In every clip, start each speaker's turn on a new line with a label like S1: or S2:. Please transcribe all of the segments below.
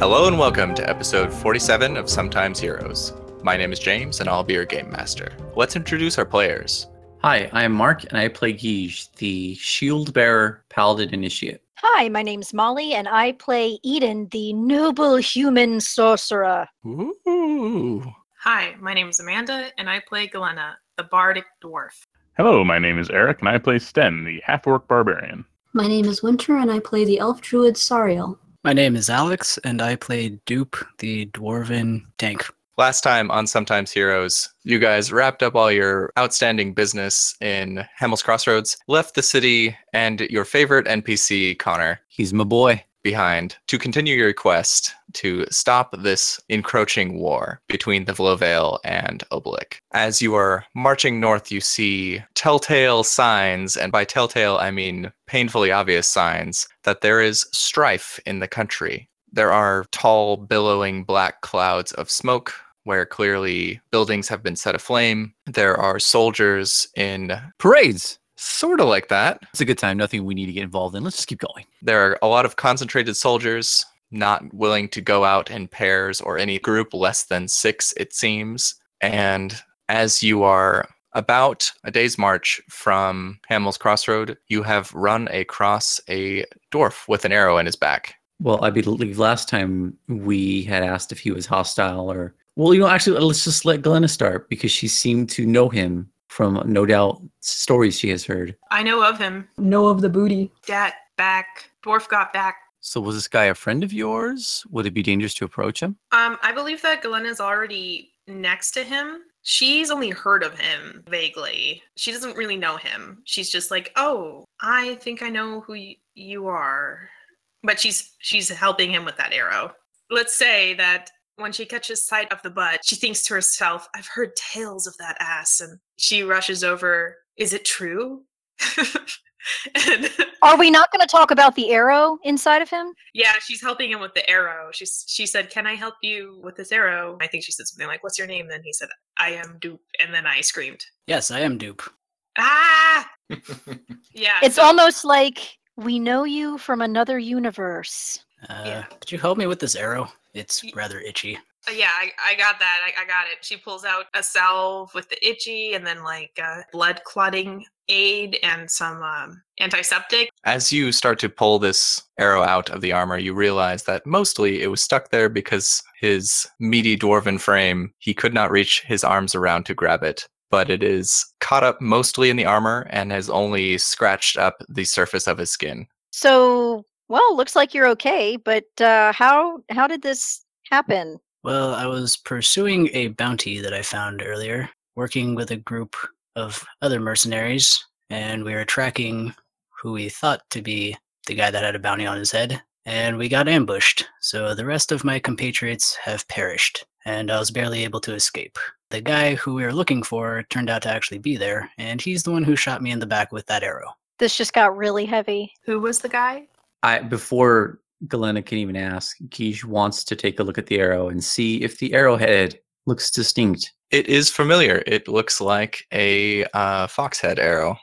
S1: Hello and welcome to episode 47 of Sometimes Heroes. My name is James and I'll be your game master. Let's introduce our players.
S2: Hi, I am Mark, and I play Guige, the Shield Bearer Paladin Initiate.
S3: Hi, my name's Molly, and I play Eden, the noble human sorcerer.
S1: Ooh.
S4: Hi, my name is Amanda, and I play Glenna, the bardic dwarf.
S5: Hello, my name is Eric, and I play Sten, the half-orc barbarian.
S6: My name is Winter, and I play the elf druid Sariel.
S7: My name is Alex, and I play Dupe, the Dwarven Tank.
S1: Last time on Sometimes Heroes, you guys wrapped up all your outstanding business in Hamel's Crossroads, left the city, and your favorite NPC, Connor,
S2: He's my boy.
S1: behind to continue your quest to stop this encroaching war between the Vlovale and Oblick. As you are marching north, you see telltale signs, and by telltale, I mean painfully obvious signs, that there is strife in the country. There are tall, billowing black clouds of smoke. Where clearly buildings have been set aflame. There are soldiers in
S2: Parades.
S1: sort of like that,
S2: It's a good time. Nothing we need to get involved in. Let's just keep going.
S1: there are a lot of concentrated soldiers not willing to go out in pairs or any group less than six, it seems. And as you are about a day's march from Hamel's Crossroad, you have run across a dwarf with an arrow in his back.
S2: Well, I believe last time we had asked if he was hostile or. Well, you know, actually, let's just let Glenna start because she seemed to know him from no doubt stories she has heard.
S4: I know of him.
S6: Know of the booty.
S4: Dat back. Dwarf got back.
S2: So, was this guy a friend of yours? Would it be dangerous to approach him?
S4: Um, I believe that Glenna's already next to him. She's only heard of him vaguely. She doesn't really know him. She's just like, oh, I think I know who y- you are. But she's she's helping him with that arrow. Let's say that when she catches sight of the butt, she thinks to herself, I've heard tales of that ass, and she rushes over. Is it true? and
S3: Are we not going to talk about the arrow inside of him?
S4: Yeah, she's helping him with the arrow. She's she said, "Can I help you with this arrow?" I think she said something like, "What's your name?" Then he said, "I am Dupe," and then I screamed,
S7: Yes, I am Dupe.
S4: "Ah!" Yeah,
S3: It's
S4: so-
S3: almost like we know you from another universe.
S7: Uh,
S4: Yeah.
S7: Could you help me with this arrow? It's
S4: Y-
S7: rather itchy.
S4: uh, yeah. I, I got that. I, I got it. She pulls out a salve with the itchy, and then like uh, blood clotting aid and some um, antiseptic.
S1: As you start to pull this arrow out of the armor, you realize that mostly it was stuck there because his meaty dwarven frame, he could not reach his arms around to grab it. But it is caught up mostly in the armor and has only scratched up the surface of his skin.
S3: So, well, looks like you're okay, but uh, how how did this happen?
S7: Well, I was pursuing a bounty that I found earlier, working with a group of other mercenaries, and we were tracking who we thought to be the guy that had a bounty on his head, and we got ambushed. So the rest of my compatriots have perished, and I was barely able to escape. The guy who we were looking for turned out to actually be there, and he's the one who shot me in the back with that arrow.
S3: This just got really heavy.
S4: Who was the guy?
S2: I before Galena can even ask, Guige wants to take a look at the arrow and see if the arrowhead looks distinct.
S1: It is familiar. It looks like a uh, foxhead arrow.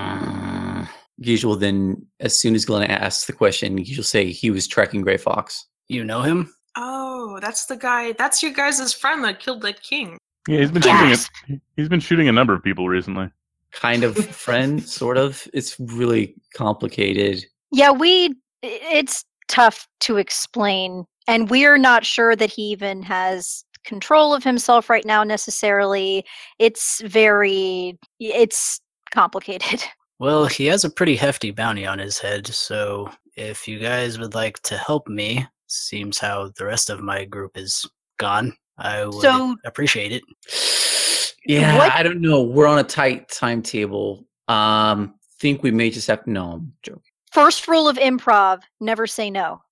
S2: Hmm. Guige will then, as soon as Galena asks the question, Guige will say he was tracking Gray Fox.
S7: You know him?
S4: Oh, that's the guy. That's your guys' friend that killed that king.
S5: Yeah, he's been
S3: Gasp!
S5: shooting. A, he's been shooting a number of people recently.
S2: Kind of friend, sort of. It's really complicated.
S3: Yeah, we i- it's tough to explain and we're not sure that he even has control of himself right now necessarily. It's very it's complicated.
S7: Well, he has a pretty hefty bounty on his head, so if you guys would like to help me, seems how the rest of my group is gone. I would
S3: So-
S7: appreciate it.
S2: Yeah,
S3: What-
S2: I don't know. We're on a tight timetable. Um, think we may just have no. I'm joking.
S3: First rule of improv, never say no.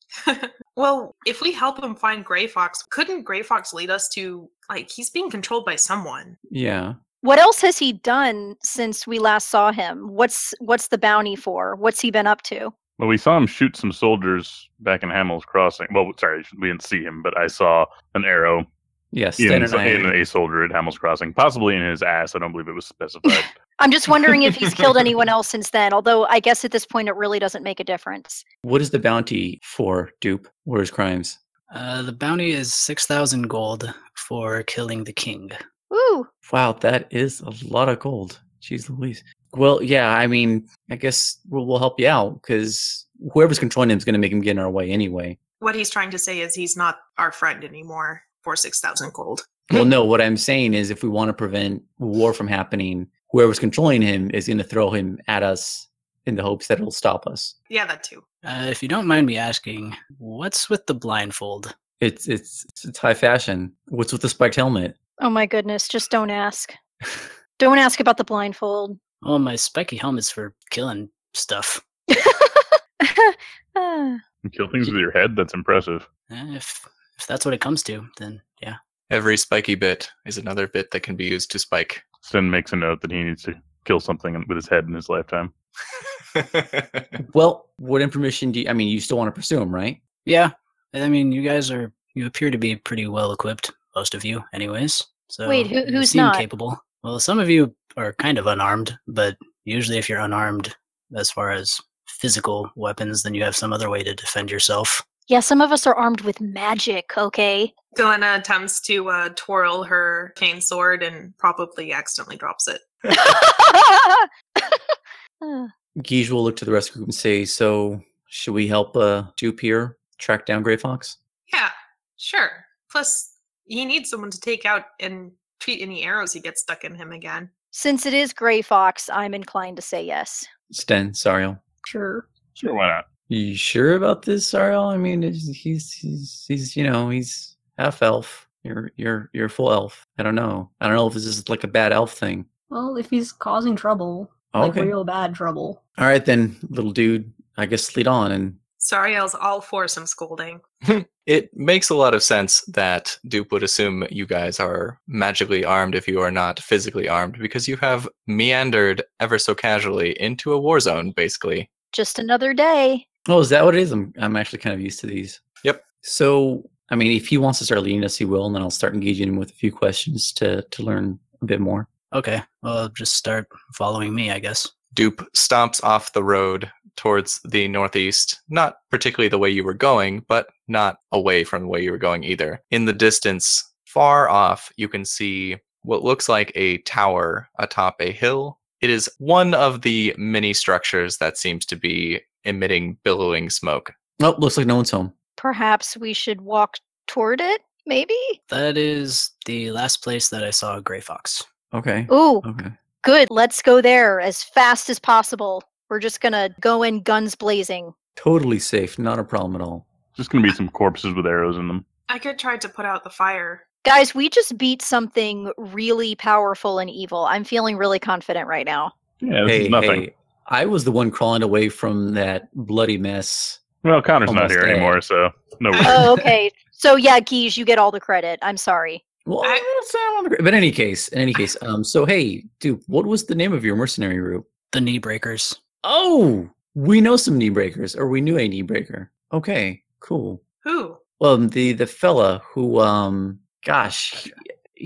S4: well, if we help him find Gray Fox, couldn't Gray Fox lead us to like he's being controlled by someone?
S2: Yeah.
S3: What else has he done since we last saw him? What's what's the bounty for? What's he been up to?
S5: But we saw him shoot some soldiers back in Hamel's Crossing. Well, sorry, we didn't see him, but I saw an arrow
S2: Yes.
S5: in,
S2: Stan and I-
S5: in a soldier at Hamel's Crossing, possibly in his ass. I don't believe it was specified.
S3: I'm just wondering if he's killed anyone else since then, although I guess at this point it really doesn't make a difference.
S2: What is the bounty for dupe? What are his crimes?
S7: Uh, the bounty is 6,000 gold for killing the king.
S3: Ooh,
S2: Wow, that is a lot of gold. Jeez Louise. Well, yeah, I mean, I guess we'll, we'll help you out because whoever's controlling him is going to make him get in our way anyway.
S4: What he's trying to say is he's not our friend anymore for 6,000 gold.
S2: well, no, what I'm saying is if we want to prevent war from happening, whoever's controlling him is going to throw him at us in the hopes that it'll stop us.
S4: Yeah, that too.
S7: Uh, if you don't mind me asking, what's with the blindfold?
S2: It's it's it's high fashion. What's with the spiked helmet?
S3: oh my goodness! Just don't ask. Don't ask about the blindfold.
S7: Oh, my spiky helmet's for killing stuff.
S3: Ah.
S5: You kill things with your head? That's impressive.
S7: Eh, If if that's what it comes to, then yeah.
S1: Every spiky bit is another bit that can be used to spike.
S5: Sin makes a note that he needs to kill something with his head in his lifetime.
S2: Well, what information do you? I mean, you still want to pursue him, right?
S7: Yeah. I mean, you guys are you appear to be pretty well equipped, most of you, anyways. So
S3: Wait, who-
S7: you
S3: who's
S7: seem
S3: not?
S7: capable? Well, some of you are kind of unarmed, but usually, if you're unarmed, as far as physical weapons, then you have some other way to defend yourself.
S3: yeah, some of us are armed with magic. Okay.
S4: Galena attempts to uh, twirl her cane sword and probably accidentally drops it.
S3: Ah.
S2: Guige will look to the rest of the group and say, "So, should we help uh, Dupe here track down Gray Fox?"
S4: Yeah, sure. Plus, he needs someone to take out and treat any arrows he gets stuck in him again.
S3: Since it is Gray Fox, I'm inclined to say yes.
S2: Sten, Sariel,
S6: Sure.
S5: Sure, why not?
S2: you sure about this, Sariel? I mean, is- he's he's he's you know he's half elf. You're you're you're full elf. I don't know. I don't know if this is like a bad elf thing.
S6: Well, if he's causing trouble, like
S2: Okay.
S6: real bad trouble.
S2: All right then, little dude. I guess lead on and
S4: Sariel's all for some scolding.
S1: It makes a lot of sense that Dupe would assume you guys are magically armed if you are not physically armed because you have meandered ever so casually into a war zone, basically.
S3: Just another day.
S2: Oh, is that what it is? I'm I'm actually kind of used to these.
S1: Yep.
S2: So, I mean, if he wants to start leading us, he will, and then I'll start engaging him with a few questions to to learn a bit more.
S7: Okay, well, just start following me, I guess.
S1: Dupe stomps off the road towards the northeast, not particularly the way you were going, but not away from the way you were going either. In the distance, far off, you can see what looks like a tower atop a hill. It is one of the many structures that seems to be emitting billowing smoke.
S2: Oh, looks like no one's home.
S3: Perhaps we should walk toward it, maybe?
S7: That is the last place that I saw a gray fox.
S2: Okay.
S3: Ooh,
S6: Oh.
S2: Okay.
S3: good. Let's go there as fast as possible. We're just going to go in guns blazing.
S2: Totally safe. Not a problem at all.
S5: It's just going to be some corpses with arrows in them.
S4: I could try to put out the fire.
S3: Guys, we just beat something really powerful and evil. I'm feeling really confident right now.
S5: Yeah, this is nothing.
S2: I was the one crawling away from that bloody mess.
S5: Well, Connor's not
S2: Almost
S5: here
S2: dead.
S5: anymore, so no worries.
S3: oh, okay. So, yeah, Guige, you get all the credit. I'm sorry.
S2: Well, eh,
S4: I-
S2: I, don't sound on the gr- but in any case, in any case, um, so hey, dude, what was the name of your mercenary group?
S7: The knee breakers.
S2: Oh, we know some knee breakers, or we knew a knee breaker. Okay, cool.
S4: Who?
S2: Well, the the fella who, um, gosh, he,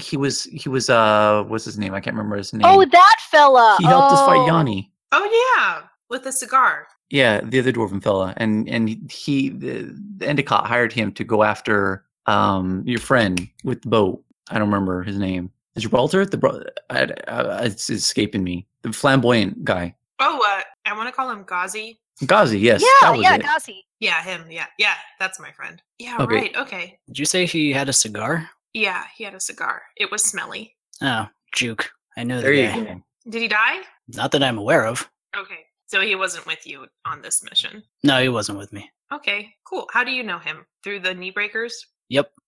S2: he was he was uh, what's his name? I can't remember his name.
S3: Oh, that fella.
S2: he helped us
S3: Oh.
S2: fight Yanni.
S4: Oh, yeah, with a cigar.
S2: Yeah, the other dwarven fella, and and he the, the Endicott hired him to go after um your friend with the boat. I don't remember his name. Gibraltar, the bro- I, I, it's escaping me. The flamboyant guy,
S4: Oh, uh, I want to call him Ghazi.
S2: Ghazi. Yes,
S3: yeah,
S2: that was
S3: yeah,
S2: it.
S3: Gossie.
S4: Yeah, him. Yeah, yeah, that's my friend. Yeah,
S2: Okay.
S4: right. Okay.
S7: Did you say he had a cigar?
S4: Yeah, he had a cigar. It was smelly.
S7: Oh, Juke. I know the
S2: there
S7: guy.
S2: you go.
S4: Did he die?
S7: Not that I'm aware of.
S4: Okay. So he wasn't with you on this mission.
S7: No, he wasn't with me.
S4: Okay, cool. How do you know him? Through the knee breakers?
S7: Yep.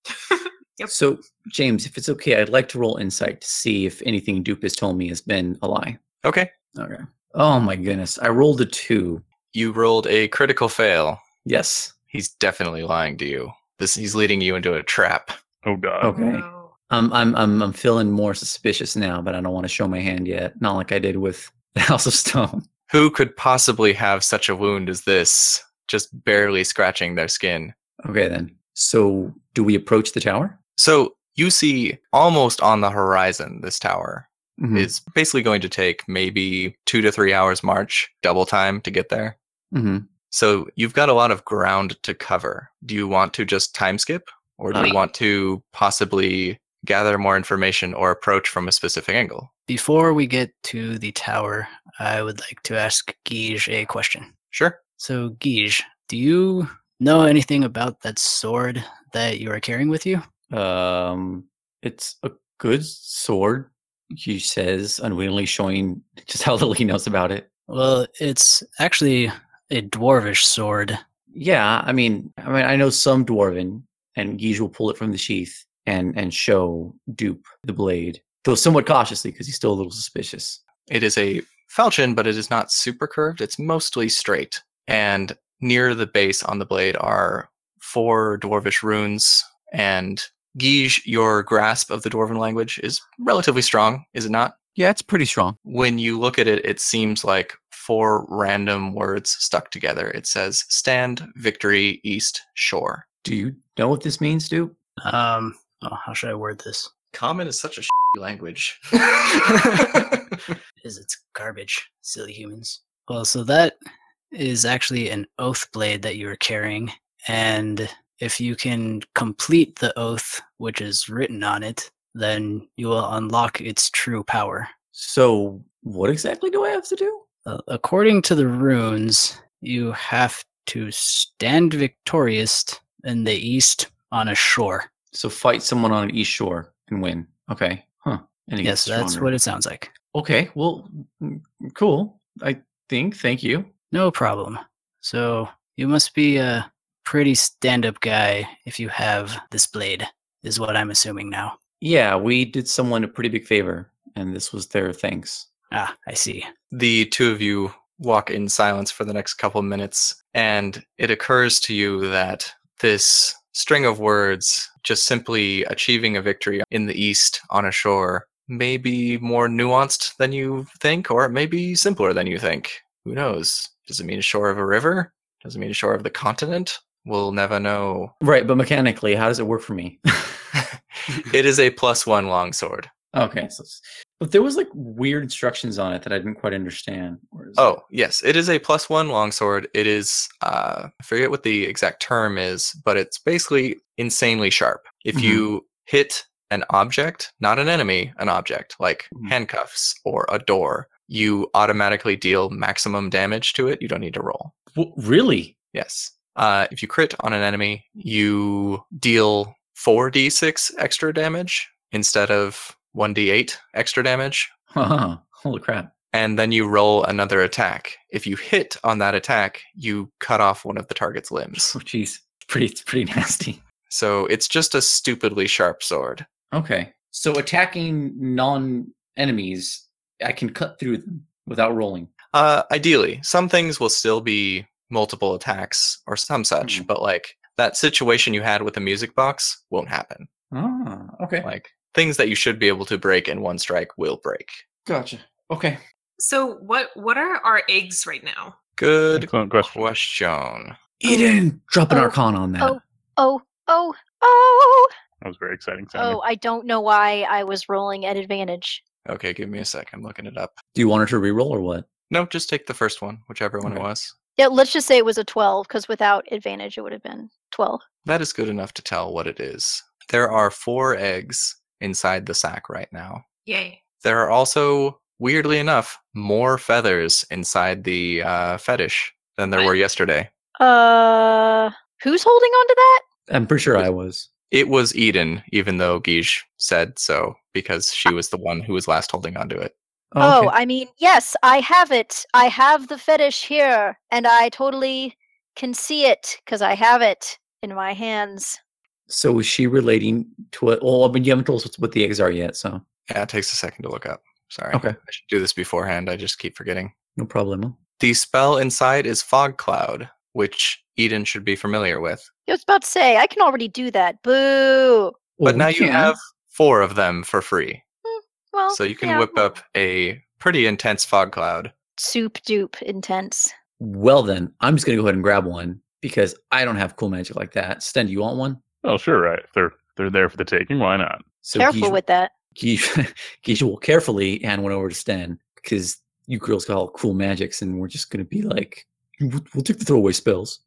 S4: Yep.
S2: So James, if it's okay, I'd like to roll insight to see if anything Dupe has told me has been a lie.
S1: Okay.
S2: Okay. Oh my goodness, I rolled a two.
S1: You rolled a critical fail.
S2: Yes.
S1: He's definitely lying to you. This he's leading you into a trap.
S5: Oh, God.
S2: Okay.
S4: No.
S2: I'm I'm I'm I'm feeling more suspicious now, but I don't want to show my hand yet. Not like I did with the House of Stone.
S1: Who could possibly have such a wound as this? Just barely scratching their skin.
S2: Okay then. So do we approach the tower?
S1: So you see almost on the horizon this tower.
S2: Mhm.
S1: It's basically going to take maybe two to three hours march, double time to get there.
S2: Mhm.
S1: So you've got a lot of ground to cover. Do you want to just time skip, or do you
S4: Uh,
S1: want to possibly gather more information or approach from a specific angle?
S7: Before we get to the tower, I would like to ask Guige a question.
S1: Sure.
S7: So, Guige, do you know anything about that sword that you are carrying with you?
S2: Um, it's a good sword, he says, unwillingly showing just how little he knows about it.
S7: Well, it's actually a dwarvish sword.
S2: Yeah, I mean, I mean, I know some dwarven, and Guige will pull it from the sheath and and show dupe the blade, though somewhat cautiously because he's still a little suspicious.
S1: It is a falchion, but it is not super curved. It's mostly straight. And near the base on the blade are four dwarvish runes. And Guige, your grasp of the dwarven language is relatively strong, is it not?
S2: Yeah, it's pretty strong.
S1: When you look at it, it seems like four random words stuck together. It says, Stand, Victory, East, Shore.
S2: Do you know what this means, dupe?
S7: Um, oh, how should I word this?
S1: Common is such a language.
S7: Is it's garbage, silly humans. Well, so that is actually an oath blade that you are carrying, and if you can complete the oath which is written on it, then you will unlock its true power.
S2: So, what exactly do I have to do?
S7: Uh, according to the runes, you have to stand victorious in the east on a shore.
S2: So, fight someone on an east shore and win. Okay, huh? And he
S7: Yes,
S2: gets
S7: that's
S2: stronger.
S7: what it sounds like.
S2: Okay, well, mm, cool. I think. Thank you.
S7: No problem. So you must be a pretty stand-up guy if you have this blade, is what I'm assuming now.
S2: Yeah, we did someone a pretty big favor, and this was their thanks.
S7: Ah, I see.
S1: the two of you walk in silence for the next couple of minutes and it occurs to you that this string of words just simply achieving a victory in the east on a shore may be more nuanced than you think or it may be simpler than you think who knows does it mean a shore of a river does it mean a shore of the continent we'll never know
S2: Right, but mechanically, how does it work for me?
S1: it is a plus one longsword
S2: Okay. So, it's- but there was like weird instructions on it that I didn't quite understand. Where is it?
S1: Oh, yes. It is a plus one longsword. It is, uh, I forget what the exact term is, but it's basically insanely sharp. If
S2: Mhm.
S1: you hit an object, not an enemy, an object, like
S2: Mhm.
S1: handcuffs or a door, you automatically deal maximum damage to it. You don't need to roll.
S2: W- really?
S1: Yes. Uh, if you crit on an enemy, you deal 4d6 extra damage instead of 1d8 extra damage
S2: Huh, Holy crap!
S1: and then you roll another attack. If you hit on that attack, you cut off one of the target's limbs.
S2: Oh, jeez, it's pretty. It's pretty nasty.
S1: So it's just a stupidly sharp sword.
S2: Okay. So attacking non-enemies, I can cut through them without rolling.
S1: Uh, ideally, some things will still be multiple attacks or some such,
S2: Mhm.
S1: but like that situation you had with the music box won't happen.
S2: Ah. Okay.
S1: Like things that you should be able to break in one strike will break.
S2: Gotcha. Okay.
S4: So what what are our eggs right now?
S1: Good
S5: Excellent question.
S1: question.
S2: Eden, drop an
S3: Oh,
S2: arcon on that.
S3: oh. Oh, oh, oh,
S5: That was very exciting. Sounding.
S3: oh! I don't know why I was rolling at advantage.
S1: Okay, give me a sec. I'm looking it up.
S2: Do you want her to re-roll or what?
S1: No, just take the first one, whichever one it
S2: Okay.
S1: was.
S3: Yeah, let's just say it was a twelve because without advantage, it would have been twelve.
S1: That is good enough to tell what it is. There are four eggs inside the sack right now.
S4: Yay.
S1: There are also, weirdly enough, more feathers inside the uh, fetish than there were yesterday.
S3: Uh, who's holding on to that?
S2: I'm pretty sure I was.
S1: It was Eden, even though Guige said so, because she was the one who was last holding onto it.
S3: Oh,
S2: okay.
S3: I mean, yes, I have it. I have the fetish here, and I totally can see it because I have it in my hands.
S2: so is she relating to it? Well, I mean, you haven't told us what- what the eggs are yet, so
S1: Yeah, it takes a second to look up. Sorry.
S2: Okay.
S1: I should do this beforehand. I just keep forgetting.
S2: no problem.
S1: The spell inside is Fog Cloud, which Eden should be familiar with.
S3: I was about to say I can already do that. Boo!
S1: but now you have four of them for free.
S3: Well,
S1: So you can
S3: yeah,
S1: whip up a pretty intense fog cloud.
S3: soup dupe intense.
S2: Well, then I'm just gonna go ahead and grab one because I don't have cool magic like that. Sten, do you want one?
S5: Oh, sure, right. If they're they're there for the taking, why not?
S2: So
S3: Careful with that.
S2: Keisha, Keisha will carefully hand one over to Sten because you girls got all cool magics, and we're just gonna be like, We'll, we'll take the throwaway spells.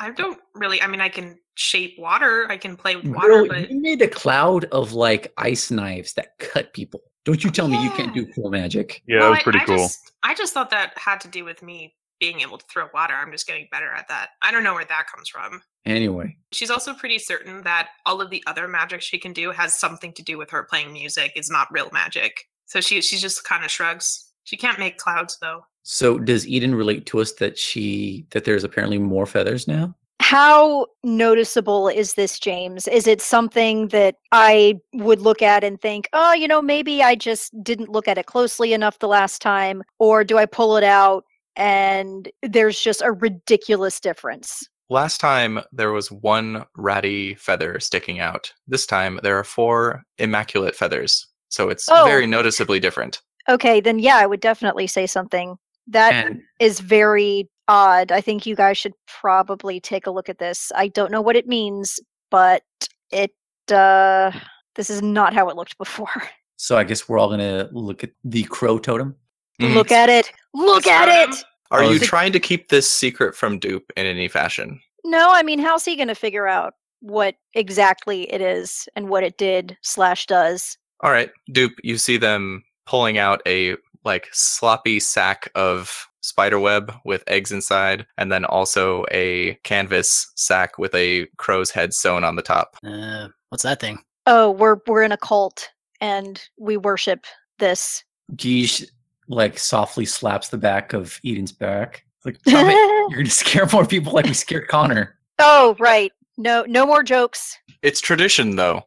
S4: I don't really. I mean, I can shape water. I can play with water,
S2: Girl,
S4: but
S2: you made a cloud of like ice knives that cut people. Don't you tell me you can't
S4: Yeah.
S2: do cool magic.
S5: Yeah, that
S4: Well,
S5: was
S4: I-
S5: pretty
S4: I
S5: cool.
S4: Just, I just thought that had to do with me being able to throw water. I'm just getting better at that. I don't know where that comes from.
S2: Anyway,
S4: She's also pretty certain that all of the other magic she can do has something to do with her playing music. It's not real magic. So she she just kind of shrugs. She can't make clouds though.
S2: so does Eden relate to us that she that there's apparently more feathers now?
S3: How noticeable is this, James? Is it something that I would look at and think, oh, you know, maybe I just didn't look at it closely enough the last time? Or do I pull it out and there's just a ridiculous difference?
S1: Last time there was one ratty feather sticking out. This time there are four immaculate feathers. So it's
S3: Oh.
S1: very noticeably different.
S3: Okay, then yeah, I would definitely say something. That is
S2: and
S3: very odd. I think you guys should probably take a look at this. I don't know what it means, but it uh this is not how it looked before.
S2: so I guess we're all gonna look at the crow totem.
S1: Mm.
S3: Look at it. Look
S4: The
S3: at it.
S4: scrotum?
S1: Are
S2: Oh,
S1: you
S2: it's a-
S1: trying to keep this secret from Dupe in any fashion?
S3: No, I mean, how's he going to figure out what exactly it is and what it did slash does?
S1: All right, Dupe, you see them pulling out a like sloppy sack of spiderweb with eggs inside, and then also a canvas sack with a crow's head sewn on the top.
S7: Uh, what's that thing?
S3: Oh, we're we're in a cult and we worship this.
S2: Geesh like softly slaps the back of Eden's back. It's like "Stop it. you're gonna scare more people like we scared Connor.
S3: oh, right. No, no more jokes.
S1: It's tradition, though.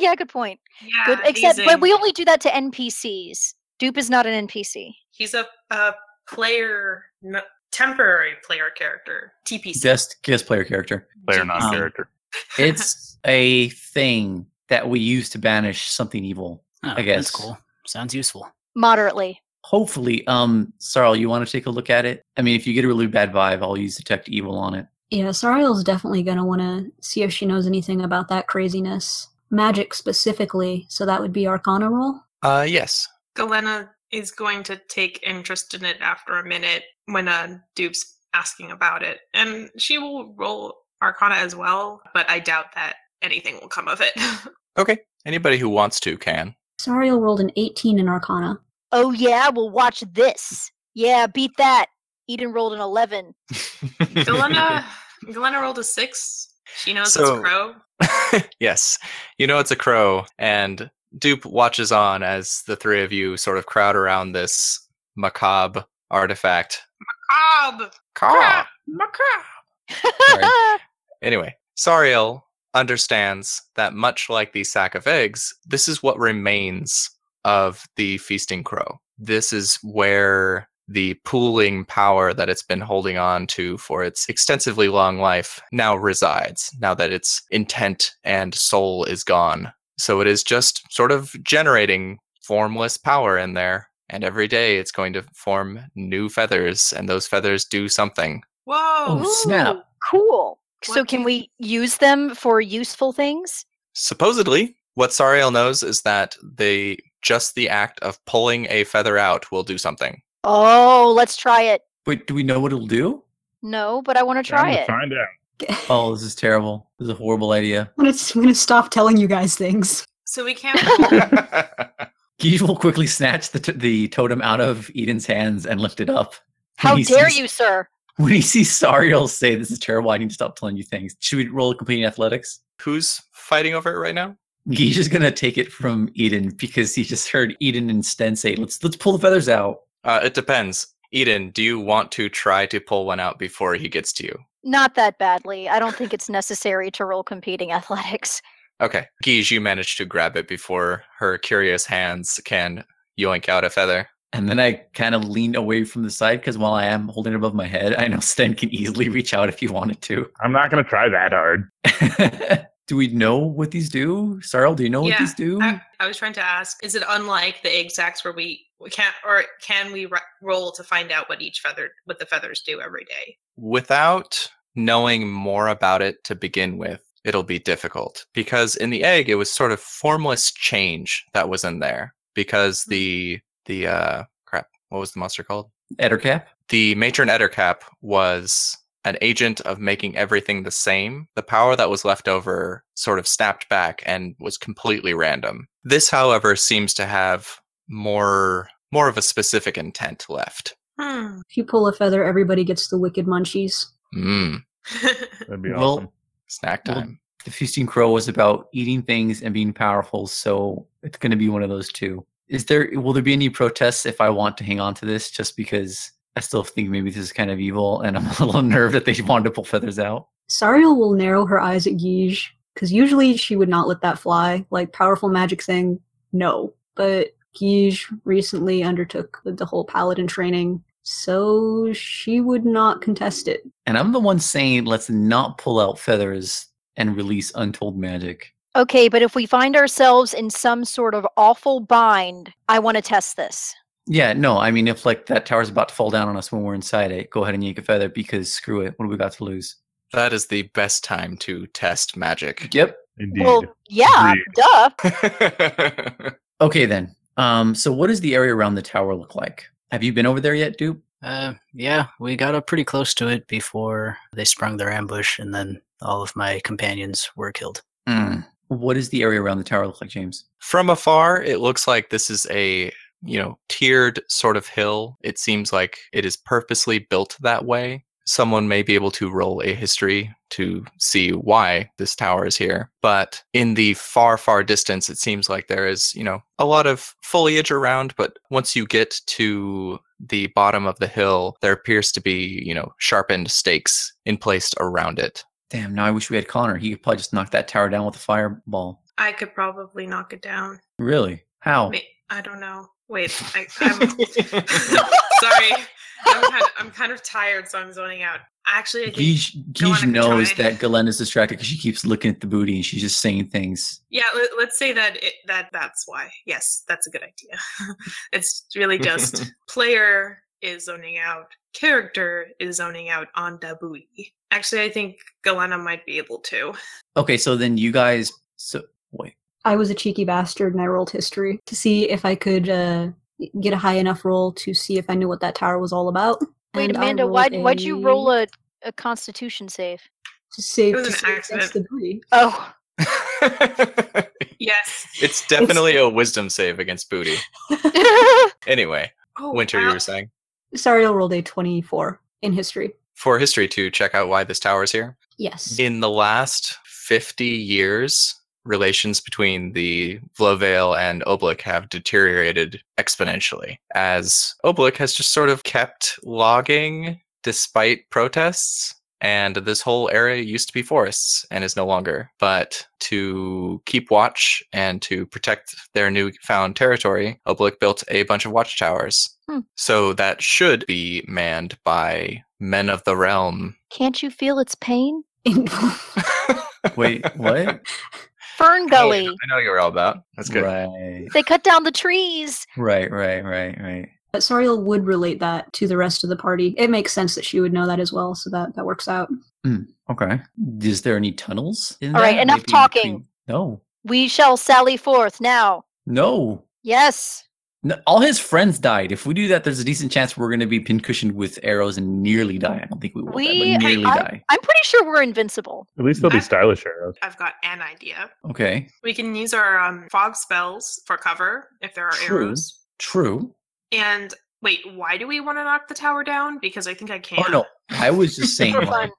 S3: yeah, good point.
S4: Yeah,
S3: Good, except, but
S4: hazing.
S3: we only do that to NPCs. Dupe is not an NPC.
S4: He's a, a player, n temporary player character. TPC.
S2: Guest guest player character.
S5: Player
S4: Jeez.
S5: non-character.
S2: It's a thing that we use to banish something evil.
S7: Oh,
S2: guess.
S7: that's cool. Sounds useful.
S3: Moderately.
S2: Hopefully, um, Sarl, you want to take a look at it? I mean, if you get a really bad vibe, I'll use detect evil on it.
S6: Yeah, Sariel's definitely gonna wanna see if she knows anything about that craziness. Magic specifically, so that would be Arcana roll.
S1: Uh, yes.
S4: Galena is going to take interest in it after a minute when uh, Dupe's asking about it. And she will roll Arcana as well, but I doubt that anything will come of it.
S1: Okay. Anybody who wants to can.
S6: Sariel rolled an 18 in Arcana.
S3: Oh, yeah, well, watch this. Yeah, beat that. Eden rolled an 11.
S4: Galena, Galena rolled a six. She knows it's
S1: So-
S4: a crow.
S1: yes. You know it's a crow, and Dupe watches on as the three of you sort of crowd around this macabre artifact.
S4: Cobb!
S1: Caw!
S4: Macaw!
S2: Sorry.
S1: Anyway, Sariel understands that much like the sack of eggs, this is what remains of the feasting crow. This is where the pooling power that it's been holding on to for its extensively long life now resides, now that its intent and soul is gone. So it is just sort of generating formless power in there. And every day it's going to form new feathers, and those feathers do something.
S4: Whoa!
S2: Oh, snap.
S3: Ooh, Cool. So,
S4: What
S3: can
S4: do-
S3: we use them for useful things?
S1: supposedly what Sariel knows is that they just the act of pulling a feather out will do something.
S3: Oh, let's try it.
S2: Wait, do we know what it'll do?
S3: No, but I want to try
S5: Time to
S3: it.
S5: Find out.
S2: Oh, this is terrible. This is a horrible idea.
S6: I'm, gonna, I'm gonna stop telling you guys things.
S4: So we can't roll.
S2: Geesh will quickly snatch the, t- the totem out of Eden's hands and lift it up.
S3: How
S2: When he
S3: dare
S2: sees-
S3: you, sir?
S2: When he sees Sariel say, This is terrible, I need to stop telling you things. Should we roll completing athletics?
S1: Who's fighting over it right now?
S2: Geesh is going to take it from Eden because he just heard Eden and Sten say, Let's, let's pull the feathers out.
S1: Uh, it depends. Eden, do you want to try to pull one out before he gets to you?
S3: Not that badly. I don't think it's necessary to roll competing athletics.
S1: Okay. Guige, you managed to grab it before her curious hands can yoink out a feather.
S2: And then I kind of lean away from the side because while I am holding it above my head, I know Sten can easily reach out if he wanted
S5: I'm not going to try that hard.
S2: to. do we know what these do? Sarl, do you know what
S4: Yeah,
S2: these do?
S4: I, I was trying to ask: Is it unlike the egg sacks where we, we can't, or can we ro- roll to find out what each feather, what the feathers do every day?
S1: without knowing more about it to begin with, it'll be difficult because in the egg it was sort of formless change that was in there because the the uh crap what was the monster called
S2: Ettercap?
S1: The matron Ettercap was an agent of making everything the same. The power that was left over sort of snapped back and was completely random. This, however, seems to have more more of a specific intent left.
S4: Hmm.
S6: If you pull a feather, everybody gets the wicked munchies.
S1: Mmm.
S5: That'd be
S2: Well-
S5: awesome.
S1: Snack
S2: Well-
S1: time.
S2: The Feasting Crow was about eating things and being powerful, so it's going to be one of those two. Is there will there be any protests if I want to hang on to this just because I still think maybe this is kind of evil and I'm a little nerved that they wanted to pull feathers out?
S6: Sariel will narrow her eyes at Yij, because usually she would not let that fly. Like, powerful magic thing, no. But Yij recently undertook the, the whole paladin training, so she would not contest it.
S2: And I'm the one saying let's not pull out feathers and release untold magic.
S3: Okay, but if we find ourselves in some sort of awful bind, I want to test this.
S2: Yeah, no, I mean if like that tower's about to fall down on us when we're inside it, go ahead and yank a feather because screw it. What do we got to lose?
S1: That is the best time to test magic.
S2: Yep.
S5: Indeed.
S3: Well, yeah,
S5: Agreed.
S3: duh.
S2: Okay then. Um so what does the area around the tower look like? Have you been over there yet, Dupe?
S7: Uh, yeah, we got up pretty close to it before they sprung their ambush, and then all of my companions were killed.
S2: Mm. What does the area around the tower look like, James?
S1: From afar, it looks like this is a, you know, tiered sort of hill. It seems like it is purposely built that way. Someone may be able to roll a history to see why this tower is here. But in the far, far distance, it seems like there is, you know, a lot of foliage around. But once you get to the bottom of the hill, there appears to be, you know, sharpened stakes in place around it.
S2: Damn, now I wish we had Connor. He could probably just knock that tower down with a fireball.
S4: I could probably knock it down.
S2: Really? How?
S4: Ma- I don't know. Wait, I, I'm sorry. I'm kind, of, I'm kind of tired, so I'm zoning out. Actually, I think,
S2: Geesh
S4: Go on
S2: Geesh
S4: and
S2: knows
S4: try.
S2: that Galen is distracted because she keeps looking at the booty and she's just saying things.
S4: yeah. Let, let's say that it, that that's why. Yes, that's a good idea. it's really just player is zoning out, character is zoning out on Dabui. Actually, I think Galena might be able to.
S2: Okay, so then you guys. So wait.
S6: I was a cheeky bastard and I rolled history to see if I could uh, get a high enough roll to see if I knew what that tower was all about.
S3: Wait,
S6: And I
S3: Amanda,
S6: rolled
S3: why'd, why'd you roll
S6: a
S3: a, a constitution save?
S6: to save
S4: It was
S6: to
S4: an
S6: see if that's
S4: accident.
S6: the booty?
S3: Oh,
S4: Yes.
S1: it's definitely a wisdom save against booty. Anyway,
S4: Oh,
S1: Winter, you
S4: wow.
S1: were saying
S6: Sariel rolled a twenty-four in history.
S1: for history to check out why this tower is here.
S6: Yes.
S1: In the last 50 years, relations between the Vlovale and Oblik have deteriorated exponentially, as Oblik has just sort of kept logging despite protests. And this whole area used to be forests and is no longer. But to keep watch and to protect their newfound territory, Oblik built a bunch of watchtowers.
S3: Hmm.
S1: So that should be manned by men of the realm
S3: can't you feel its pain?
S2: Wait, what?
S3: Fern Gully.
S1: Oh, I know you're all about. That's good.
S2: Right,
S3: They cut down the trees.
S2: right, right, right, right.
S6: But Sariel would relate that to the rest of the party. It makes sense that she would know that as well, so that, that works out.
S2: Okay. Is there any tunnels? In
S3: All right,
S2: there?
S3: enough
S2: Maybe between-
S3: talking.
S2: No,
S3: We shall sally forth now.
S2: no.
S3: Yes.
S2: No, all his friends died. If we do that, there's a decent chance we're going to be pincushioned with arrows and nearly die. I don't think we will,
S3: We-
S2: die, but nearly
S4: I-
S2: die.
S3: I'm pretty sure we're invincible.
S5: At least they'll
S4: I-
S5: be stylish arrows.
S4: I've got an idea.
S2: Okay,
S4: We can use our um, fog spells for cover if there are
S2: True.
S4: arrows.
S2: true.
S4: And wait, why do we want to knock the tower down? Because I think I can.
S2: Oh no, I was just saying.
S3: For
S2: like,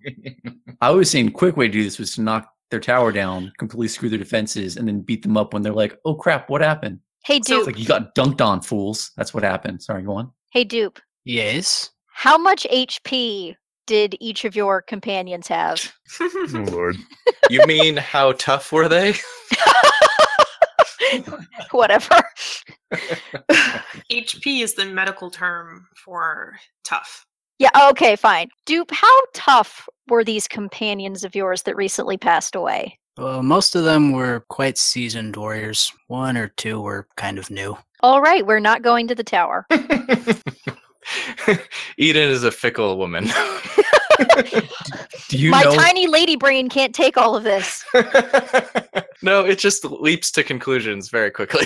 S2: I was saying, quick way to do this was to knock their tower down, completely screw their defenses, and then beat them up when they're like, "Oh crap, what happened?"
S3: Hey,
S4: So-
S2: It's
S3: dupe.
S2: like you got dunked on, fools. That's what happened. Sorry, go on.
S3: hey, dupe.
S7: Yes.
S3: How much HP did each of your companions have?
S1: Mm-hmm.
S5: Oh lord.
S1: You mean how tough were they?
S3: Whatever.
S4: HP is the medical term for tough.
S3: yeah, okay, fine. Dupe, how tough were these companions of yours that recently passed away?
S7: Well, most of them were quite seasoned warriors. One or two were kind of new.
S3: All right, we're not going to the tower.
S1: Eden is a fickle woman.
S2: Do you
S3: My
S2: know?
S3: tiny lady brain can't take all of this.
S1: no, it just leaps to conclusions very quickly.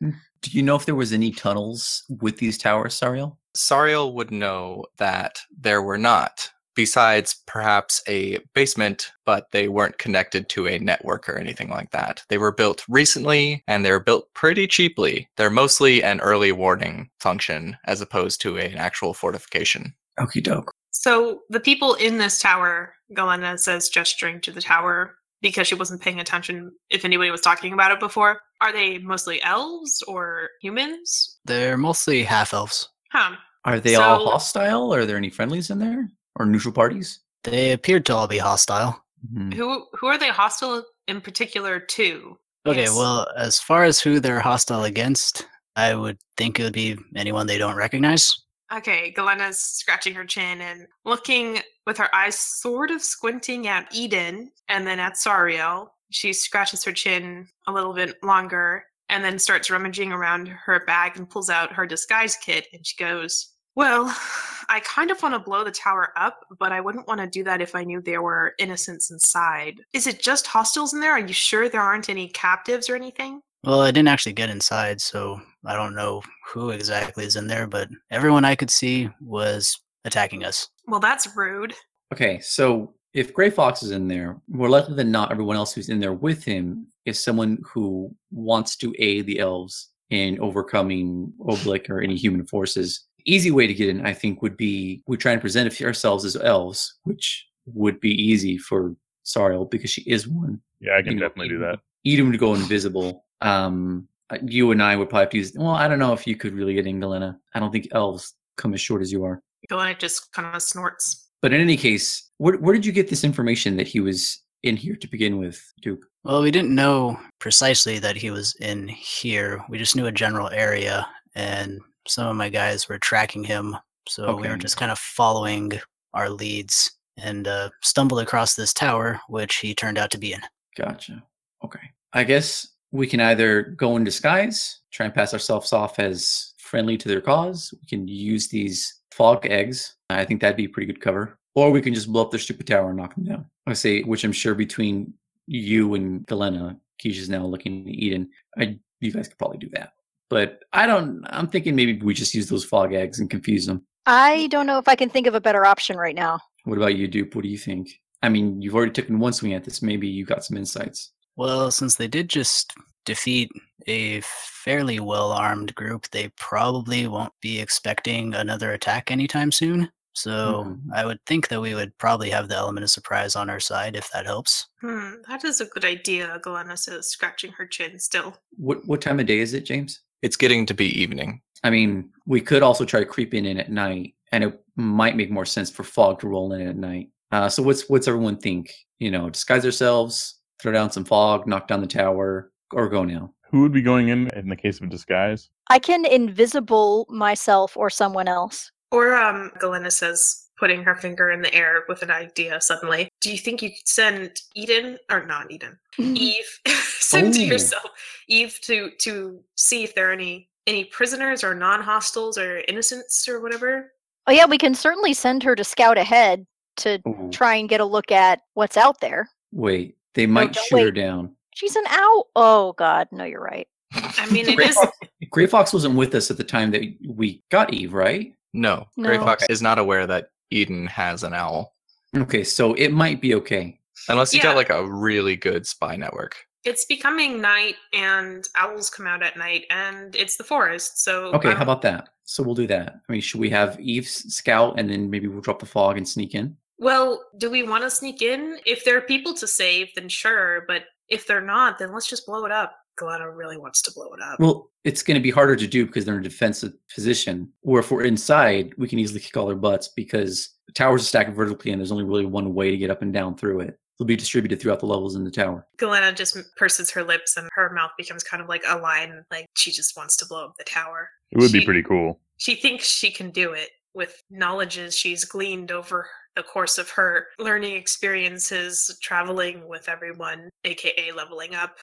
S2: do Do you know if there was any tunnels with these towers, Sariel?
S1: Sariel would know that there were not, besides perhaps a basement, but they weren't connected to a network or anything like that. They were built recently and they were built pretty cheaply. They're mostly an early warning function as opposed to an actual fortification.
S2: Okie doke.
S4: So the people in this tower, Galena says, gesturing to the tower because she wasn't paying attention if anybody was talking about it before. Are they mostly elves or humans?
S7: They're mostly half elves.
S4: Huh.
S2: Are they
S4: So-
S2: all hostile? Are there any friendlies in there or neutral parties?
S7: They appeared to all be hostile.
S2: Mhm.
S4: Who who are they hostile in particular to?
S7: Okay,
S4: Yes.
S7: well, as far as who they're hostile against, I would think it would be anyone they don't recognize.
S4: Okay, Galena's scratching her chin and looking with her eyes sort of squinting at Eden and then at Sariel. She scratches her chin a little bit longer and then starts rummaging around her bag and pulls out her disguise kit and she goes, Well, I kind of want to blow the tower up, but I wouldn't want to do that if I knew there were innocents inside. Is it just hostiles in there? Are you sure there aren't any captives or anything?
S7: Well, I didn't actually get inside, so I don't know who exactly is in there, but everyone I could see was attacking us.
S4: Well, that's rude.
S2: Okay, so if Gray Fox is in there, more likely than not, everyone else who's in there with him is someone who wants to aid the elves in overcoming Oblick or any human forces. Easy way to get in, I think, would be we try and present ourselves as elves, which would be easy for Sariel because she is one.
S5: Yeah, I can
S2: you know,
S5: definitely do
S2: Edom-
S5: that.
S2: Edom to go invisible. Um, uh, you and I would probably have to use. Well, I don't know if you could really get in, Galena. I don't think elves come as short as you are.
S4: Galena just kind of snorts.
S2: But in any case, where, where did you get this information that he was in here to begin with, Duke?
S7: Well, we didn't know precisely that he was in here. We just knew a general area, and some of my guys were tracking him. So we were
S2: Okay.
S7: just kind of following our leads and uh, stumbled across this tower, which he turned out to be in.
S2: Gotcha. Okay. I guess we can either go in disguise, try and pass ourselves off as friendly to their cause. We can use these fog eggs. I think that'd be a pretty good cover. Or we can just blow up their stupid tower and knock them down. I say, which I'm sure between you and Galena, Keisha's now looking at Eden. I, you guys could probably do that. But I don't. I'm thinking maybe we just use those fog eggs and confuse them.
S3: I don't know if I can think of a better option right now.
S2: What about you, Dupe? What do you think? I mean, you've already taken one swing at this. Maybe you got some insights.
S7: Well, since they did just defeat a fairly well armed group, they probably won't be expecting another attack anytime soon. So
S2: Mhm.
S7: I would think that we would probably have the element of surprise on our side if that helps.
S4: Hmm, that is a good idea, Galena says, scratching her chin still.
S2: What what time of day is it, James?
S1: It's getting to be evening.
S2: I mean, we could also try creeping in at night, and it might make more sense for fog to roll in at night. Uh, so what's what's everyone think? You know, disguise ourselves, throw down some fog, knock down the tower, or go now.
S5: Who would be going in in the case of disguise?
S3: I can invisible myself or someone else.
S4: Or, um, Galena says, putting her finger in the air with an idea suddenly. Do you think you could send Eden, or not Eden,
S3: Oh,
S4: Eve, send to
S2: Mm-hmm. Oh.
S4: yourself, Eve, to to see if there are any any prisoners or non-hostiles or innocents or whatever?
S3: Oh yeah, we can certainly send her to scout ahead to try and get a look at what's out there.
S2: Wait, they might
S3: don't
S2: shoot her
S3: wait.
S2: down.
S3: She's an owl. Oh god, no, you're right.
S4: I mean, it
S2: Gray
S4: is.
S2: Fox, Gray Fox wasn't with us at the time that we got Eve, right?
S1: No, Gray
S3: No.
S1: Fox is not aware that Eden has an owl.
S2: Okay, so it might be okay.
S1: Unless you
S4: Yeah.
S1: got like a really good spy network.
S4: It's becoming night, and owls come out at night, and it's the forest. So
S2: Okay,
S4: um,
S2: how about that? So we'll do that. I mean, should we have Eve s- scout and then maybe we'll drop the fog and sneak in?
S4: Well, do we want to sneak in? If there are people to save, then sure. But if they're not, then let's just blow it up. Galeno really wants to blow it up.
S2: Well, it's going to be harder to do because they're in a defensive position. Or if we're inside, we can easily kick all their butts because the towers are stacked vertically and there's only really one way to get up and down through it. They'll be distributed throughout the levels in the tower.
S4: Galena just purses her lips and her mouth becomes kind of like a line, like she just wants to blow up the tower.
S5: It would be
S4: She-
S5: pretty cool.
S4: She thinks she can do it with knowledges she's gleaned over the course of her learning experiences, traveling with everyone, aka leveling up.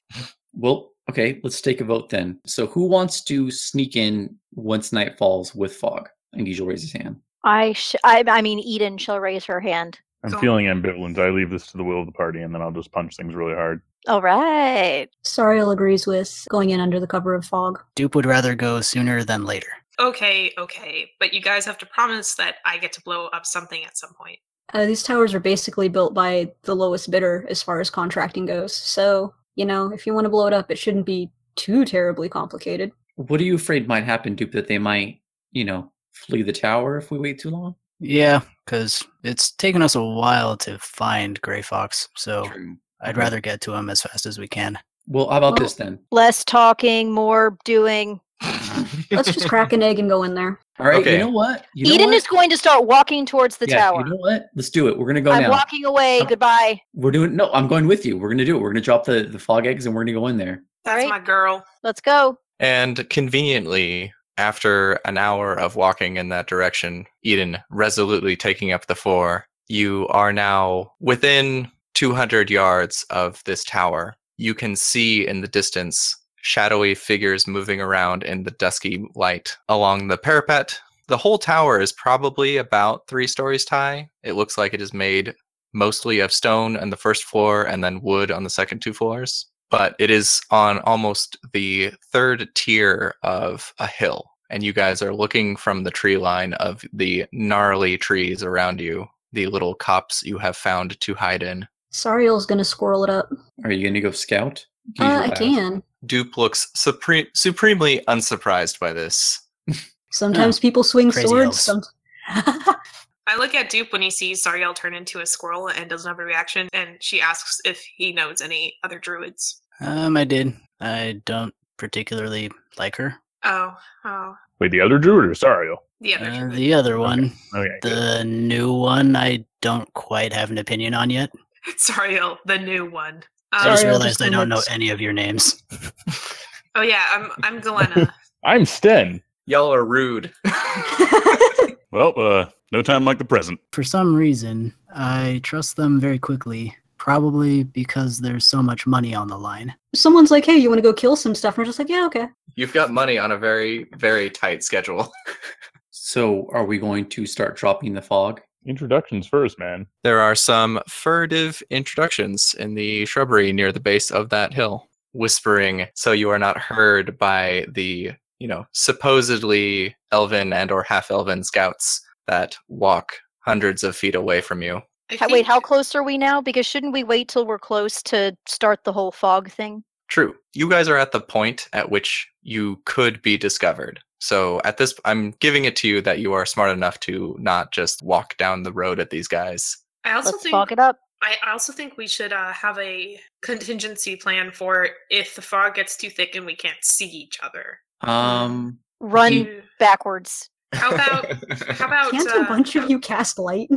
S2: Well, okay, let's take a vote then. So who wants to sneak in once night falls with fog? And Gies will raise his hand.
S3: I sh- I, I mean, Eden shall raise her hand.
S5: I'm
S4: So-
S5: feeling ambivalent. I leave this to the will of the party, and then I'll just punch things really hard.
S3: All right.
S6: Sariel agrees with going in under the cover of fog.
S7: Dupe would rather go sooner than later.
S4: Okay, okay, but you guys have to promise that I get to blow up something at some point.
S6: Uh, these towers are basically built by the lowest bidder as far as contracting goes. So, you know, if you want to blow it up, it shouldn't be too terribly complicated.
S2: What are you afraid might happen, Dupe? That they might, you know, flee the tower if we wait too long.
S7: Yeah, because it's taken us a while to find Gray Fox, so
S2: True.
S7: I'd rather get to him as fast as we can.
S2: Well, how about
S6: Well-
S2: this then?
S3: Less talking, more doing.
S6: Let's just crack an egg and go in there.
S2: All right.
S1: Okay.
S2: You know what? You know
S3: Eden
S2: what?
S3: is going to start walking towards the
S2: Yeah,
S3: tower.
S2: You know what? Let's do it. We're gonna go
S3: I'm
S2: now.
S3: walking away.
S2: Okay.
S3: Goodbye.
S2: We're doing. No, I'm going with you. We're gonna do it. We're gonna drop the the fog eggs and we're gonna go in there.
S4: That's
S3: Right.
S4: my girl.
S3: Let's go.
S1: And conveniently, after an hour of walking in that direction, Eden resolutely taking up the four, you are now within 200 yards of this tower. You can see in the distance shadowy figures moving around in the dusky light along the parapet. The whole tower is probably about three stories high. It looks like it is made mostly of stone on the first floor and then wood on the second two floors. But it is on almost the third tier of a hill. And you guys are looking from the tree line of the gnarly trees around you, the little cops you have found to hide in.
S6: Sariel's gonna squirrel it up.
S2: Are you gonna go scout? Use your
S6: Uh, I
S2: last-
S6: can.
S1: Dupe looks supreme, supremely unsurprised by this.
S6: Sometimes people swing
S7: Oh, Crazy
S6: swords. Some...
S7: elves.
S4: I look at Dupe when he sees Sariel turn into a squirrel and doesn't have a reaction, and she asks if he knows any other druids.
S7: Um, I did. I don't particularly like her.
S4: Oh, oh,
S5: Wait, the other druid or Sariel?
S4: the other
S7: Uh,
S4: druid.
S7: the other one,
S5: Okay. good.
S7: the new one, I don't quite have an opinion on yet.
S4: Sariel, the new one.
S7: I
S4: Um,
S7: just
S6: Sariel
S7: realized
S6: just
S7: I don't know
S6: looks-
S7: any of your names.
S4: oh yeah, I'm I'm Galena.
S5: I'm Sten.
S1: Y'all are rude.
S5: Well, uh, no time like the present.
S7: For some reason, I trust them very quickly. Probably because there's so much money on the line.
S6: Someone's like, hey, you wanna go kill some stuff? And we're just like, yeah, okay.
S1: You've got money on a very, very tight schedule.
S2: So, are we going to start dropping the fog?
S5: Introductions first, man.
S1: There are some furtive introductions in the shrubbery near the base of that hill, whispering so you are not heard by the, you know, supposedly elven and or half-elven scouts that walk hundreds of feet away from you.
S4: I
S3: Ha- Wait,
S4: think-
S3: how close are we now? Because shouldn't we wait till we're close to start the whole fog thing?
S1: True. You guys are at the point at which you could be discovered. So at this I'm giving it to you that you are smart enough to not just walk down the road at these guys.
S4: I also
S3: Let's
S4: think
S3: fog it up.
S4: I I also think we should uh, have a contingency plan for if the fog gets too thick and we can't see each other.
S2: Um,
S3: Run
S4: You-
S3: backwards.
S4: How about- How about
S6: Can't
S4: uh,
S6: a bunch of you cast light?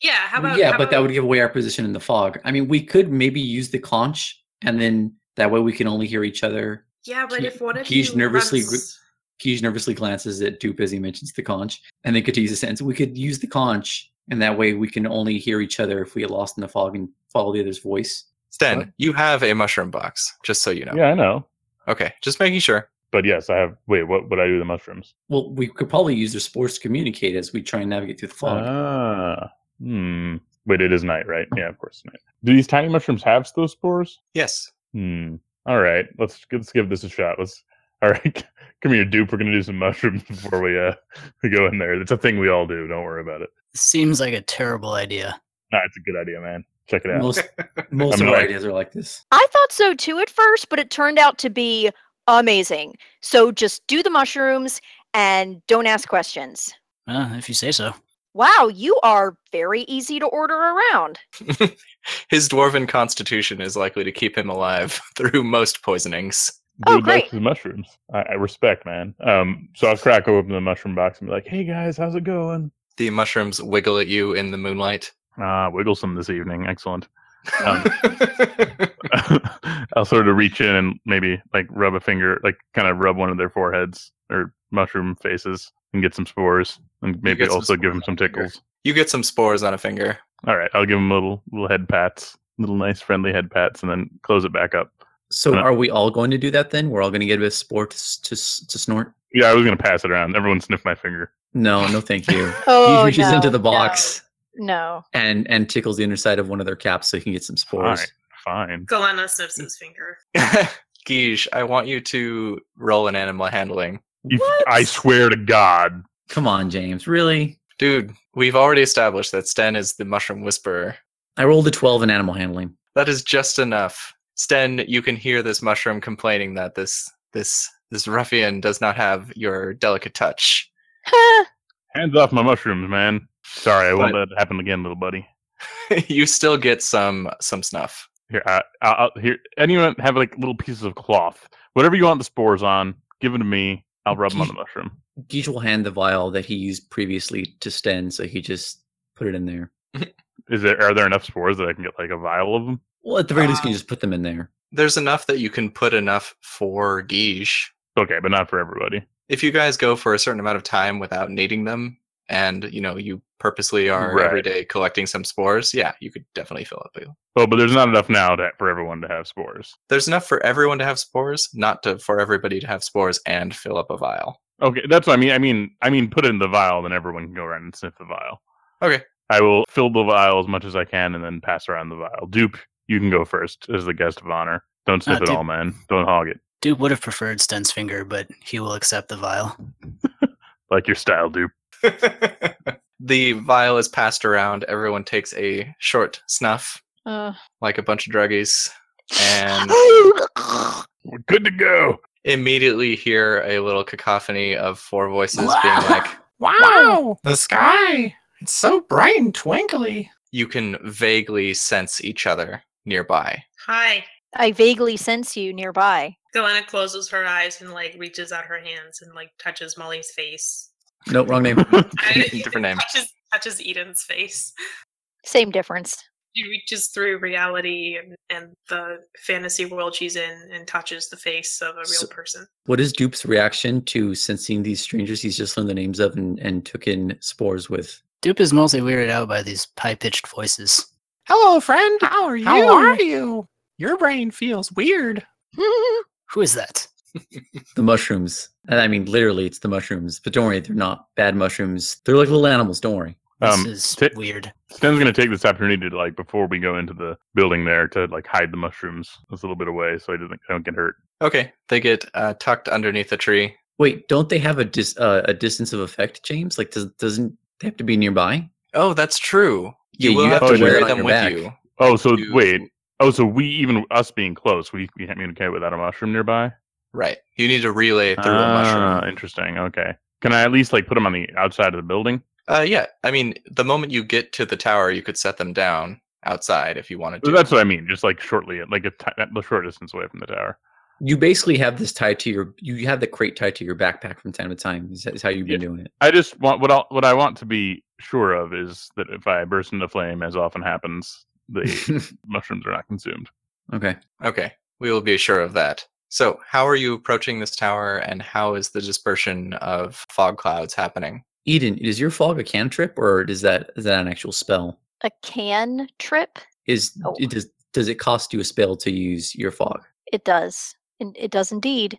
S4: Yeah, how about
S2: yeah,
S4: how
S2: but that
S4: about-
S2: would give away our position in the fog. I mean, we could maybe use the conch, and then that way we can only hear each other.
S4: yeah, but
S2: he-
S4: if one of
S2: he's
S4: you
S2: nervously gr-
S4: runs-
S2: Peej nervously glances at Dupe as he mentions the conch, and then continues the sentence. We could use the conch, and that way we can only hear each other if we get lost in the fog and follow the other's voice.
S1: Sten,
S5: What?
S1: you have a mushroom box, just so you know.
S5: Yeah, I know.
S1: Okay, just making sure.
S5: But yes, I have. Wait, what would I do with the mushrooms?
S2: Well, we could probably use their spores to communicate as we try and navigate through the fog.
S5: Ah, hmm. Wait, it is night, right? Yeah, of course, it's night. Do these tiny mushrooms have those spores?
S1: Yes.
S5: Hmm. All right, let's let's give this a shot. Let's. All right, come here, dupe. We're gonna do some mushrooms before we uh we go in there. It's a thing we all do. Don't worry about it.
S7: Seems like a terrible idea.
S5: No, it's a good idea, man. Check it out.
S2: Most most
S5: I'm
S2: of our
S5: like-
S2: ideas are like this.
S3: I thought so too at first, but it turned out to be amazing. So just do the mushrooms and don't ask questions.
S7: Uh, if you say so.
S3: Wow, you are very easy to order around.
S1: His dwarven constitution is likely to keep him alive through most poisonings.
S3: Oh,
S5: Dude
S3: great.
S5: likes his mushrooms. I, I respect, man. Um, so I'll crack open the mushroom box and be like, "Hey guys, how's it going?"
S1: The mushrooms wiggle at you in the moonlight.
S5: Ah, wiggle some this evening. Excellent. Um, I'll sort of reach in and maybe like rub a finger, like kind of rub one of their foreheads or mushroom faces, and get some spores, and maybe
S1: get some
S5: also give
S1: spores
S5: them some
S1: on your finger.
S5: tickles.
S1: you get some spores on a finger.
S5: All right, I'll give them little little head pats, little nice friendly head pats, and then close it back up.
S2: So
S5: Uh,
S2: are we all going to do that then? We're all going to get a sport to, s- to s- to snort?
S5: Yeah, I was gonna pass it around. Everyone sniff my finger.
S2: No, no, thank you.
S3: Oh,
S2: he reaches
S3: no,
S2: into the
S3: no,
S2: box
S3: No.
S2: and and tickles the inner side of one of their caps so he can get some spores.
S5: right. fine.
S4: Galena snips his finger.
S1: Geesh, I want you to roll an animal handling.
S5: If- I swear to God.
S2: Come on, James. Really?
S1: Dude, we've already established that Sten is the mushroom whisperer.
S2: I rolled a 12 in animal handling.
S1: That is just enough. Sten, you can hear this mushroom complaining that this this this ruffian does not have your delicate touch.
S5: Hands off my mushrooms, man. Sorry, I won't
S1: But-
S5: let it happen again, little buddy.
S1: you still get some some snuff.
S5: Here, I, I'll, I'll, here. Anyone have like little pieces of cloth? Whatever you want the spores on, give them to me. I'll rub them on the mushroom.
S2: Geesh will hand the vial that he used previously to Sten, so he just put it in there.
S5: Is there are there enough spores that I can get like a vial of them?
S2: Well, at the very least, you can
S4: Um,
S2: just put them in there.
S1: There's enough that you can put enough for Geesh.
S5: Okay, but not for everybody.
S1: If you guys go for a certain amount of time without needing them, and you know you purposely are
S5: Right.
S1: every day collecting some spores, yeah, you could definitely fill up.
S5: Oh, but there's not enough now to, for everyone to have spores.
S1: There's enough for everyone to have spores, not to for everybody to have spores and fill up a vial.
S5: Okay, that's what I mean. I mean, I mean, put it in the vial, then everyone can go around and sniff the vial.
S1: Okay.
S5: I will fill the vial as much as I can, and then pass around the vial. Dupe, you can go first as the guest of honor. Don't sniff
S7: Ah,
S5: it
S7: Dupe.
S5: all, man. Don't hog it
S7: Duke would have preferred Sten's finger, but he will accept the vial.
S5: like your style, Dupe.
S1: the vial is passed around. Everyone takes a short snuff,
S3: Uh.
S1: like a bunch of druggies, and
S5: We're good to go.
S1: immediately hear a little cacophony of four voices being like,
S8: Wow! The sky! It's so bright and twinkly.
S1: you can vaguely sense each other nearby.
S4: Hi.
S3: I vaguely sense you nearby.
S4: Galena closes her eyes and like reaches out her hands and like touches Molly's face.
S2: Nope, wrong name.
S1: Different name.
S4: Touches, touches Eden's face.
S3: Same difference.
S4: She reaches through reality and, and the fantasy world she's in and touches the face of a real
S2: So-
S4: person.
S2: what is Dupe's reaction to sensing these strangers he's just learned the names of and, and took in spores with?
S7: Dupe is mostly weirded out by these high pitched voices.
S8: Hello, friend.
S4: How are
S8: How are you? Your brain feels weird.
S7: Who is that?
S2: The mushrooms. And I mean, literally, it's the mushrooms. But don't worry, they're not bad mushrooms. They're like little animals. Don't worry.
S7: This
S5: Um,
S7: is
S5: t-
S7: weird.
S5: Sten's gonna take this opportunity to like before we go into the building there to like hide the mushrooms a little bit away so he doesn't I don't get hurt.
S1: Okay, they get uh, tucked underneath a tree.
S2: Wait, don't they have a dis uh, a distance of effect, James? Like, does doesn't they have to be nearby?
S1: Oh, that's true. You
S2: Yeah,
S1: will
S2: you
S1: have,
S5: have
S1: to
S5: to wear
S1: wear
S5: it on
S1: them
S2: your
S1: with
S2: back.
S1: you.
S5: Oh, so
S1: You-
S5: wait. Oh, so we even us being close, we we can't communicate without a mushroom nearby.
S1: Right. You need to relay it through a
S5: Ah,
S1: mushroom.
S5: Interesting. Okay. Can I at least like put them on the outside of the building?
S1: Uh, yeah, I mean, the moment you get to the tower, you could set them down outside if you wanted to.
S5: That's what I mean. Just like shortly, like a ti- at the short distance away from the tower.
S2: You basically have this tied to your. You have the crate tied to your backpack from time to time. Is, is how you've been doing it.
S5: I just want what I what I want to be sure of is that if I burst into flame, as often happens, the mushrooms are not consumed.
S2: okay.
S1: Okay, we will be sure of that. So, how are you approaching this tower, and how is the dispersion of fog clouds happening?
S2: Eden, is your fog a cantrip or is that is that an actual spell?
S3: A can trip?
S2: Is
S3: Oh.
S2: it does does it cost you a spell to use your fog?
S3: It does. and It does indeed.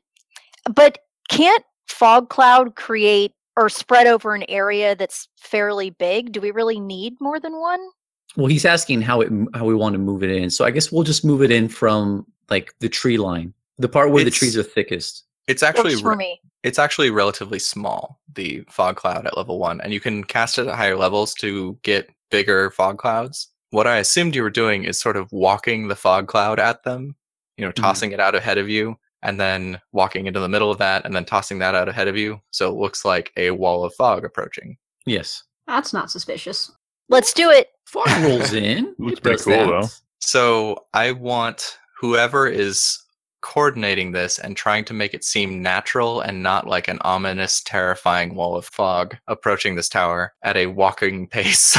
S3: But can't fog cloud create or spread over an area that's fairly big? Do we really need more than one?
S2: Well, he's asking how it m- how we want to move it in. So I guess we'll just move it in from like the tree line, the part where the trees are
S1: It's-
S2: thickest.
S1: It's actually
S3: Works for
S1: re-
S3: me.
S1: it's actually relatively small the fog cloud at level one and you can cast it at higher levels to get bigger fog clouds what i assumed you were doing is sort of walking the fog cloud at them you know tossing it out ahead of you and then walking into the middle of that and then tossing that out ahead of you so it looks like a wall of fog approaching
S2: Yes,
S6: That's not suspicious.
S3: Let's do it.
S2: fog rolls in.
S5: Looks
S2: It
S5: pretty
S2: does
S5: cool,
S2: that.
S5: though.
S1: so i want whoever is coordinating this and trying to make it seem natural and not like an ominous terrifying wall of fog approaching this tower at a walking pace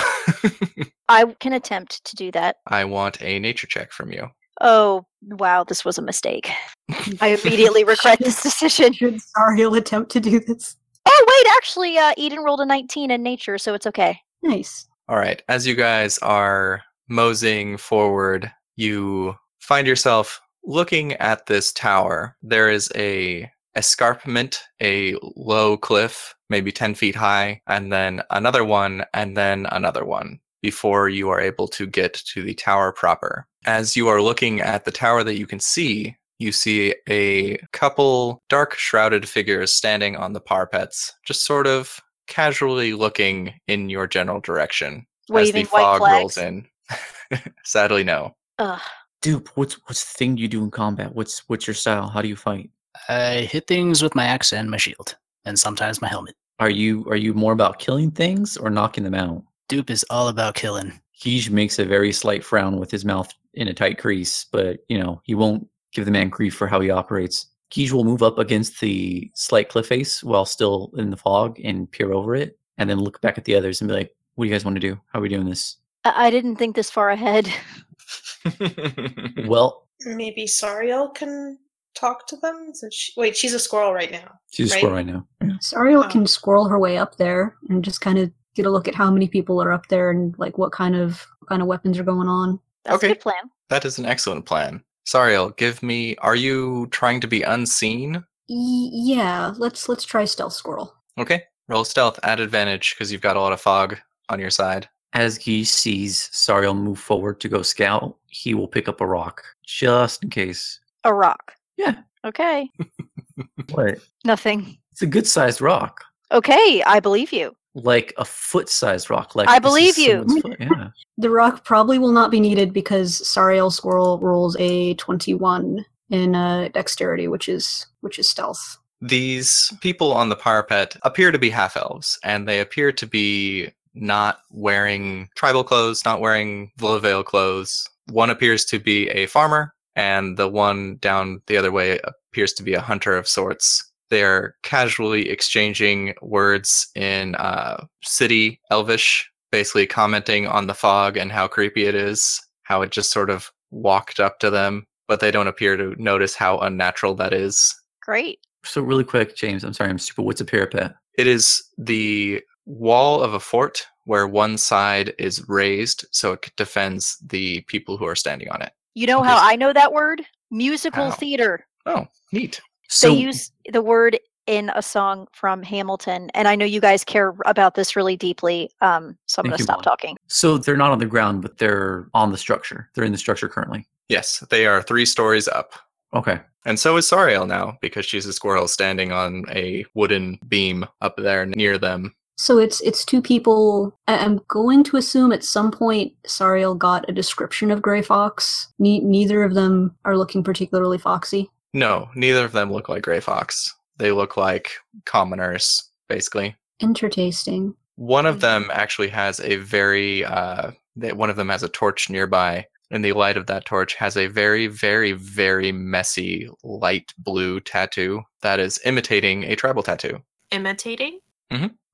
S3: I can attempt to do that.
S1: I want a nature check from you.
S3: Oh, wow, this was a mistake. I immediately regret this decision.
S6: Should Sariel attempt to do this?
S3: Oh, wait, actually, uh, Eden rolled a 19 in nature, so it's okay.
S6: Nice.
S1: All right. As you guys are moseying forward, you find yourself looking at this tower. There is a escarpment, a low cliff, maybe 10 feet high, and then another one, and then another one before you are able to get to the tower proper. As you are looking at the tower that you can see, you see a couple dark shrouded figures standing on the parapets, just sort of casually looking in your general direction
S3: waving
S1: as the
S3: white
S1: fog
S3: flags.
S1: rolls in. Sadly, no.
S3: Ugh.
S2: Dupe, what's what's the thing you do in combat? What's what's your style? How do you fight?
S7: I hit things with my axe and my shield, and sometimes my helmet.
S2: Are you are you more about killing things or knocking them out?
S7: Dupe is all about killing.
S2: Heej makes a very slight frown with his mouth in a tight crease, but you know, he won't give the man grief for how he operates. Heej will move up against the slight cliff face while still in the fog and peer over it, and then look back at the others and be like, What do you guys want to do? How are we doing this?
S3: I-, I didn't think this far ahead.
S2: Well,
S4: Maybe Sariel can talk to them. Since she, wait, she's a squirrel right now.
S2: she's a
S4: Right.
S2: squirrel right now. Yeah.
S6: Sariel
S4: Oh.
S6: can squirrel her way up there and just kind of get a look at how many people are up there and like what kind of what kind of weapons are going on.
S3: That's
S1: Okay.
S3: a good plan.
S1: that is an excellent plan. Sariel, give me. Are you trying to be unseen?
S6: Y- yeah, let's let's try stealth squirrel.
S1: Okay. Roll stealth at advantage because you've got a lot of fog on your side.
S2: As Geese sees Sariel move forward to go scout, he will pick up a rock just in case.
S3: A rock.
S2: Yeah.
S3: Okay.
S2: What?
S3: Nothing.
S2: It's a good sized rock,
S3: Okay, I believe you.
S2: like a foot sized rock. Like this
S3: I
S2: is
S3: believe you.
S2: someone's foot, Yeah.
S6: The rock probably will not be needed because Sariel squirrel rolls a twenty-one in uh, dexterity, which is which is stealth.
S1: These people on the parapet appear to be half elves, and they appear to be not wearing tribal clothes, not wearing Villavale clothes. One appears to be a farmer, and the one down the other way appears to be a hunter of sorts. They're casually exchanging words in uh, city elvish, basically commenting on the fog and how creepy it is, how it just sort of walked up to them, but they don't appear to notice how unnatural that is.
S3: Great.
S2: So really quick, James. I'm sorry, I'm stupid. What's a parapet?
S1: It is the wall of a fort where one side is raised so it defends the people who are standing on it.
S3: You know
S1: Okay,
S3: how
S1: so-
S3: I know that word? Musical
S1: How?
S3: theater.
S1: Neat.
S2: So
S3: they use the word in a song from Hamilton, and I know you guys care about this really deeply. Um, so
S2: Thank
S3: I'm going to
S2: you,
S3: stop
S2: Mom.
S3: talking.
S2: so they're not on the ground, but they're on the structure. They're in the structure currently.
S1: Yes, they are three stories up.
S2: Okay.
S1: And so is Sariel now because she's a squirrel standing on a wooden beam up there near them.
S6: So it's it's two people. I- I'm going to assume at some point Sariel got a description of Gray Fox. Ne- neither of them are looking particularly foxy.
S1: No, neither of them look like Grey Fox. They look like commoners, basically.
S6: Intertasting.
S1: One of
S4: Mhm.
S1: them actually has a very, uh, they, one of them has a torch nearby, and the light of that torch has a very, very, very messy light blue tattoo that is imitating a tribal tattoo.
S4: Imitating?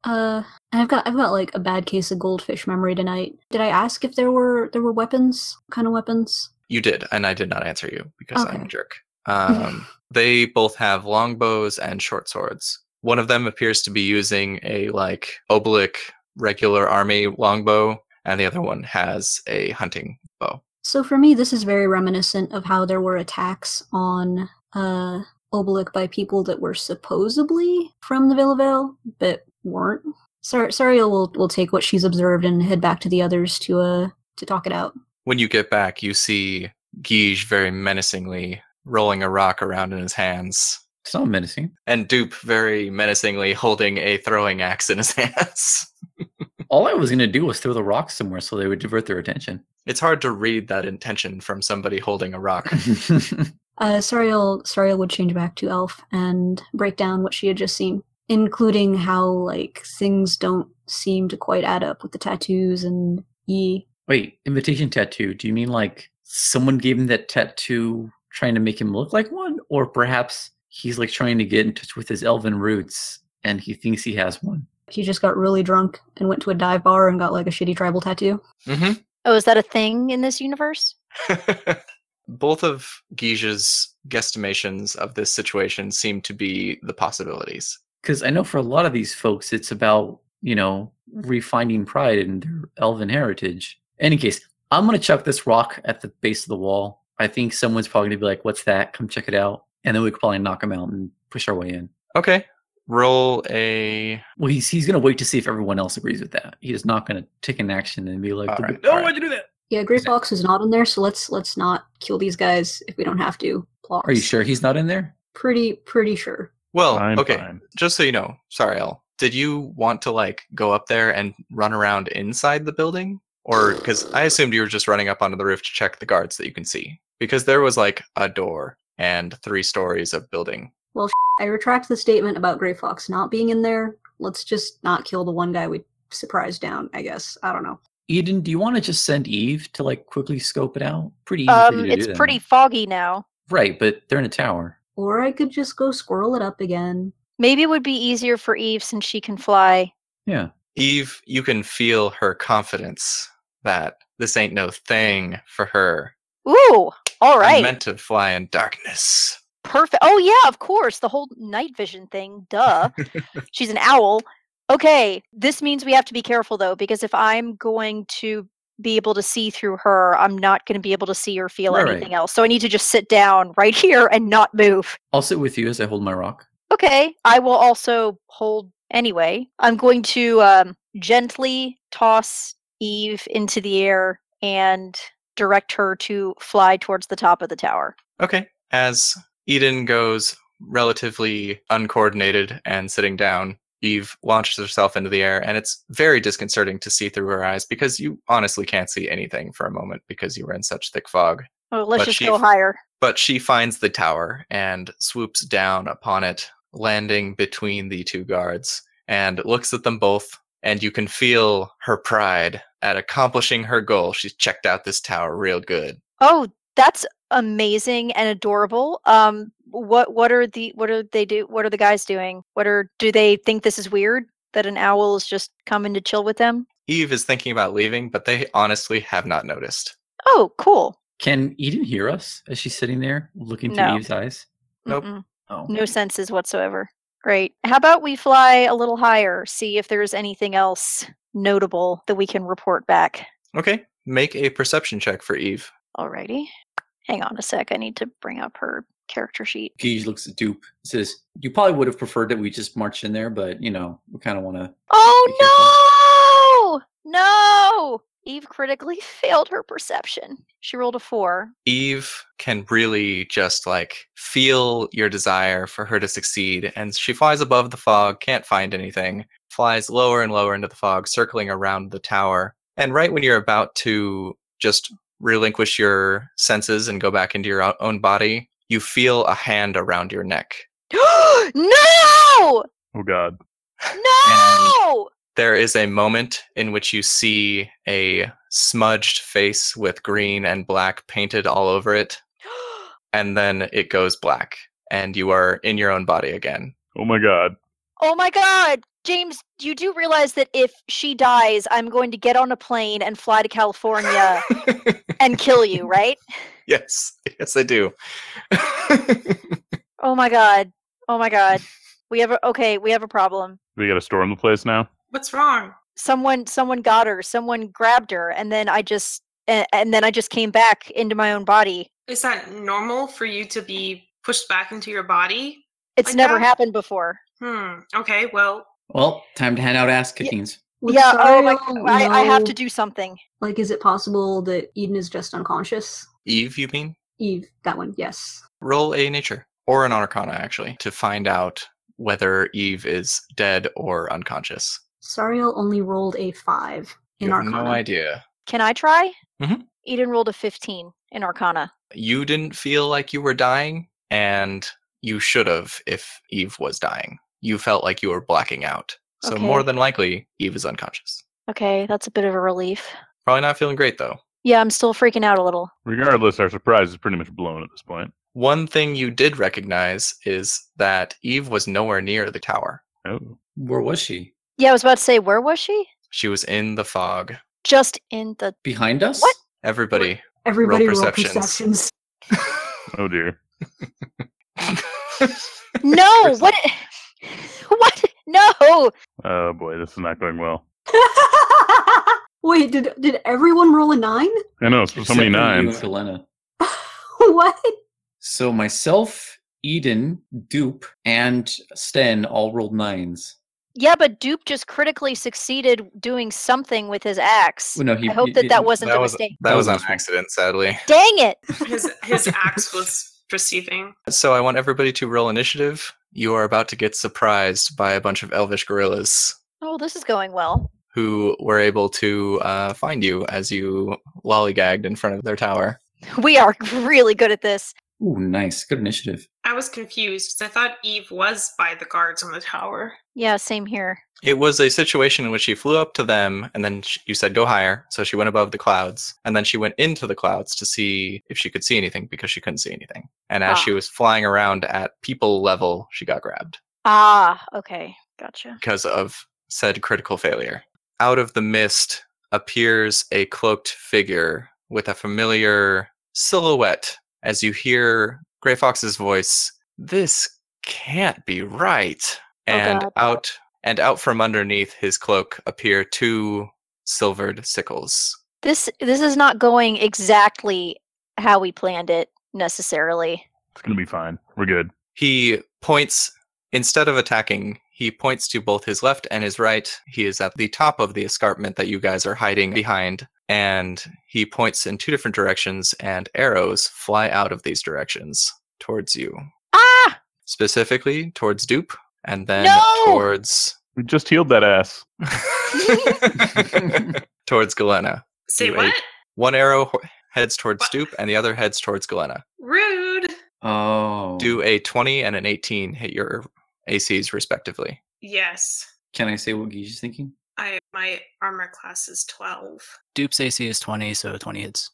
S6: Uh, and I've got I've got like a bad case of goldfish memory tonight. Did I ask if there were there were weapons? What kind of weapons?
S1: You did, and I did not answer you because I'm
S6: Okay.
S1: a jerk. Um, they both have longbows and short swords. One of them appears to be using a like oblique regular army longbow, and the other one has a hunting bow.
S6: So for me, this is very reminiscent of how there were attacks on uh Obelisk by people that were supposedly from the Vale of Vale, but weren't. Sar- Sariel will will take what she's observed and head back to the others to uh to talk it out.
S1: When you get back, you see Guige very menacingly rolling a rock around in his hands,
S2: It's not menacing.
S1: and Dupe very menacingly holding a throwing axe in his hands.
S2: All I was gonna do was throw the rock somewhere so they would divert their attention.
S1: It's hard to read that intention from somebody holding a rock.
S6: Uh, Sariel Sariel would change back to Elf and break down what she had just seen, including how like things don't seem to quite add up with the tattoos and ye.
S2: Wait, invitation tattoo. Do you mean like someone gave him that tattoo trying to make him look like one? Or perhaps he's like trying to get in touch with his elven roots and he thinks he has one.
S6: He just got really drunk and went to a dive bar and got like a shitty tribal tattoo.
S5: Mm-hmm.
S1: hmm
S3: Oh, is that a thing in this universe?
S1: Both of Guige's guesstimations of this situation seem to be the possibilities.
S2: because I know for a lot of these folks, it's about you know refining pride in their elven heritage. Any case, I'm gonna chuck this rock at the base of the wall. I think someone's probably gonna be like, "What's that? Come check it out," and then we could probably knock him out and push our way in.
S1: Okay, roll a.
S2: Well, he's he's gonna wait to see if everyone else agrees with that. He is not gonna take an action and be like,
S1: All
S2: "The-
S1: right,
S2: "No,
S1: all right.
S2: why'd you do that?"
S6: Yeah, Grey Fox is not in there, so let's let's not kill these guys if we don't have to. Plox.
S2: Are you sure he's not in there?
S6: Pretty pretty sure.
S1: Well,
S5: I'm
S1: Oh, okay.
S5: fine.
S1: Just so you know, sorry, Al. Did you want to like go up there and run around inside the building, or because I assumed you were just running up onto the roof to check the guards that you can see? Because there was like a door and three stories of building.
S6: I retract the statement about Grey Fox not being in there. Let's just not kill the one guy we surprised down. I guess I don't know.
S2: Eden, do you want to just send Eve to like quickly scope it out? Pretty easy for you
S3: Um,
S2: to
S3: it's
S2: do that.
S3: pretty foggy now.
S2: Right, but they're in a tower.
S6: Or I could just go squirrel it up again.
S3: Maybe it would be easier for Eve since she can fly.
S2: Yeah.
S1: Eve, you can feel her confidence that this ain't no thing for her.
S3: Ooh, all
S1: I'm
S3: right.
S1: meant to fly in darkness.
S3: Perfect. Oh yeah, of course. The whole night vision thing. Duh. She's an owl. Okay. This means we have to be careful though, because if I'm going to be able to see through her, I'm not going to be able to see or feel
S2: Right, right.
S3: anything else. So I need to just sit down right here and not move.
S2: I'll sit with you as I hold my rock.
S3: Okay. I will also hold anyway. I'm going to um, gently toss Eve into the air and direct her to fly towards the top of the tower.
S1: Okay. As Eden goes relatively uncoordinated and sitting down, Eve launches herself into the air, and it's very disconcerting to see through her eyes because you honestly can't see anything for a moment because you were in such thick fog.
S3: Oh, let's
S1: But
S3: just
S1: she-
S3: go higher.
S1: But she finds the tower and swoops down upon it, landing between the two guards, and looks at them both. And you can feel her pride at accomplishing her goal. She's checked out this tower real good.
S3: Oh, that's amazing and adorable. Um, what what are the what are they do? What are the guys doing? What are do they think this is weird that an owl is just coming to chill with them?
S1: Eve is thinking about leaving, but they honestly have not noticed.
S3: Oh, cool.
S2: Can Eden hear us as she's sitting there looking through
S3: No.
S2: Eve's eyes?
S1: Nope.
S3: Mm-mm.
S2: Oh.
S3: No senses whatsoever. Great. How about we fly a little higher, see if there's anything else notable that we can report back.
S1: Okay. Make a perception check for Eve.
S3: Alrighty. Hang on a sec. I need to bring up her character sheet.
S2: Gage looks at Dupe and says, You probably would have preferred that we just marched in there, but you know, we kind of want to.
S3: Oh no! No! Eve critically failed her perception. She rolled a four.
S1: Eve can really just like feel your desire for her to succeed. And she flies above the fog, can't find anything, flies lower and lower into the fog, circling around the tower. And right when you're about to just relinquish your senses and go back into your o- own body, you feel a hand around your neck.
S3: no!
S5: Oh God.
S3: No!
S1: there is a moment in which you see a smudged face with green and black painted all over it, and then it goes black, and you are in your own body again.
S5: Oh my God.
S3: oh my god! James, you do realize that if she dies, I'm going to get on a plane and fly to California and kill you, right?
S1: yes, yes, I do.
S3: Oh my god. Oh my god. We have a okay, we have a problem.
S5: We got to storm the place now.
S4: What's wrong?
S3: someone someone got her someone grabbed her and then i just and, and then i just came back into my own body
S4: Is that normal for you to be pushed back into your body?
S3: it's
S4: Like
S3: never
S4: that?
S3: happened before
S4: Hmm. Okay. Well,
S2: Well, time to hand out ass kickings.
S6: Would
S3: yeah oh my,
S6: Sariel
S3: I, I have to
S6: know-
S3: do something
S6: Like, is it possible that Eden is just unconscious?
S1: Eve, you mean?
S6: Eve, that one, yes.
S1: Roll a nature or an arcana, actually, to find out whether Eve is dead or unconscious.
S6: Sariel only rolled a five in
S1: you have
S6: Arcana.
S1: no idea.
S3: can i try
S1: Mhm.
S3: eden rolled a 15 in arcana
S1: you didn't feel like you were dying, and you should have if Eve was dying. You felt like you were blacking out. So, more
S3: Okay.
S1: than likely, Eve is unconscious.
S3: okay that's a bit of a relief
S1: Probably not feeling great, though.
S3: yeah i'm still freaking out a little
S5: Regardless, our surprise is pretty much blown at this point.
S1: One thing you did recognize is that Eve was nowhere near the tower.
S5: Oh.
S2: Where was she?
S3: yeah i was about to say where was she
S1: She was in the fog.
S3: just in the
S2: Behind us?
S3: What?
S1: Everybody,
S6: Everybody roll
S1: perceptions.
S6: perceptions.
S5: Oh dear.
S3: no what what no
S5: Oh boy, this is not going well.
S6: Wait, did did everyone roll a nine?
S5: I know. So, so
S2: Except for
S5: many
S2: you
S5: nines.
S2: and Elena.
S6: what?
S2: So myself, Eden, Dupe, and Sten all rolled nines.
S3: Yeah, but Dupe just critically succeeded doing something with his axe.
S2: Well, Oh, no, he,
S3: I hope
S2: he-
S3: that that
S2: he-
S3: wasn't
S1: That
S3: the
S1: was-
S3: mistake.
S1: That
S2: That
S1: was
S2: was
S1: an
S2: fun.
S1: accident, sadly.
S3: Dang it!
S4: His his axe was perceiving.
S1: So I want everybody to roll initiative. You are about to get surprised by a bunch of elvish gorillas
S3: Oh, this is going well.
S1: who were able to uh, find you as you lollygagged in front of their tower.
S3: We are really good at this.
S2: Ooh, nice. Good initiative.
S4: I was confused 'cause I thought Eve was by the guards on the tower.
S3: Yeah, same here.
S1: It was a situation in which she flew up to them, and then sh you said, Go higher. So she went above the clouds, and then she went into the clouds to see if she could see anything because she couldn't see anything. And as
S3: Ah.
S1: she was flying around at people level, she got grabbed
S3: Ah, okay, gotcha.
S1: because of said critical failure. Out of the mist appears a cloaked figure with a familiar silhouette as you hear Grey Fox's voice. This can't be right. And
S3: God.
S1: out and out from underneath his cloak appear two silvered sickles.
S3: This this is not going exactly how we planned it necessarily.
S5: It's gonna be fine. We're good.
S1: He points, instead of attacking, he points to both his left and his right. He is at the top of the escarpment that you guys are hiding behind, and he points in two different directions, and arrows fly out of these directions towards you,
S3: Ah,
S1: specifically towards Dupe, and then
S3: No!
S1: towards.
S5: We just healed that ass.
S1: towards Galena.
S4: Say
S1: You
S4: what?
S1: ate- One arrow ho- heads towards
S4: What?
S1: Dupe, and the other heads towards Galena.
S4: Rude.
S2: Oh.
S1: Do a 20 and an 18 hit your ACs respectively.
S4: Yes.
S2: Can I say what Geesh is thinking?
S4: I my armor class is twelve.
S7: Dupe's AC is 20, so 20 hits.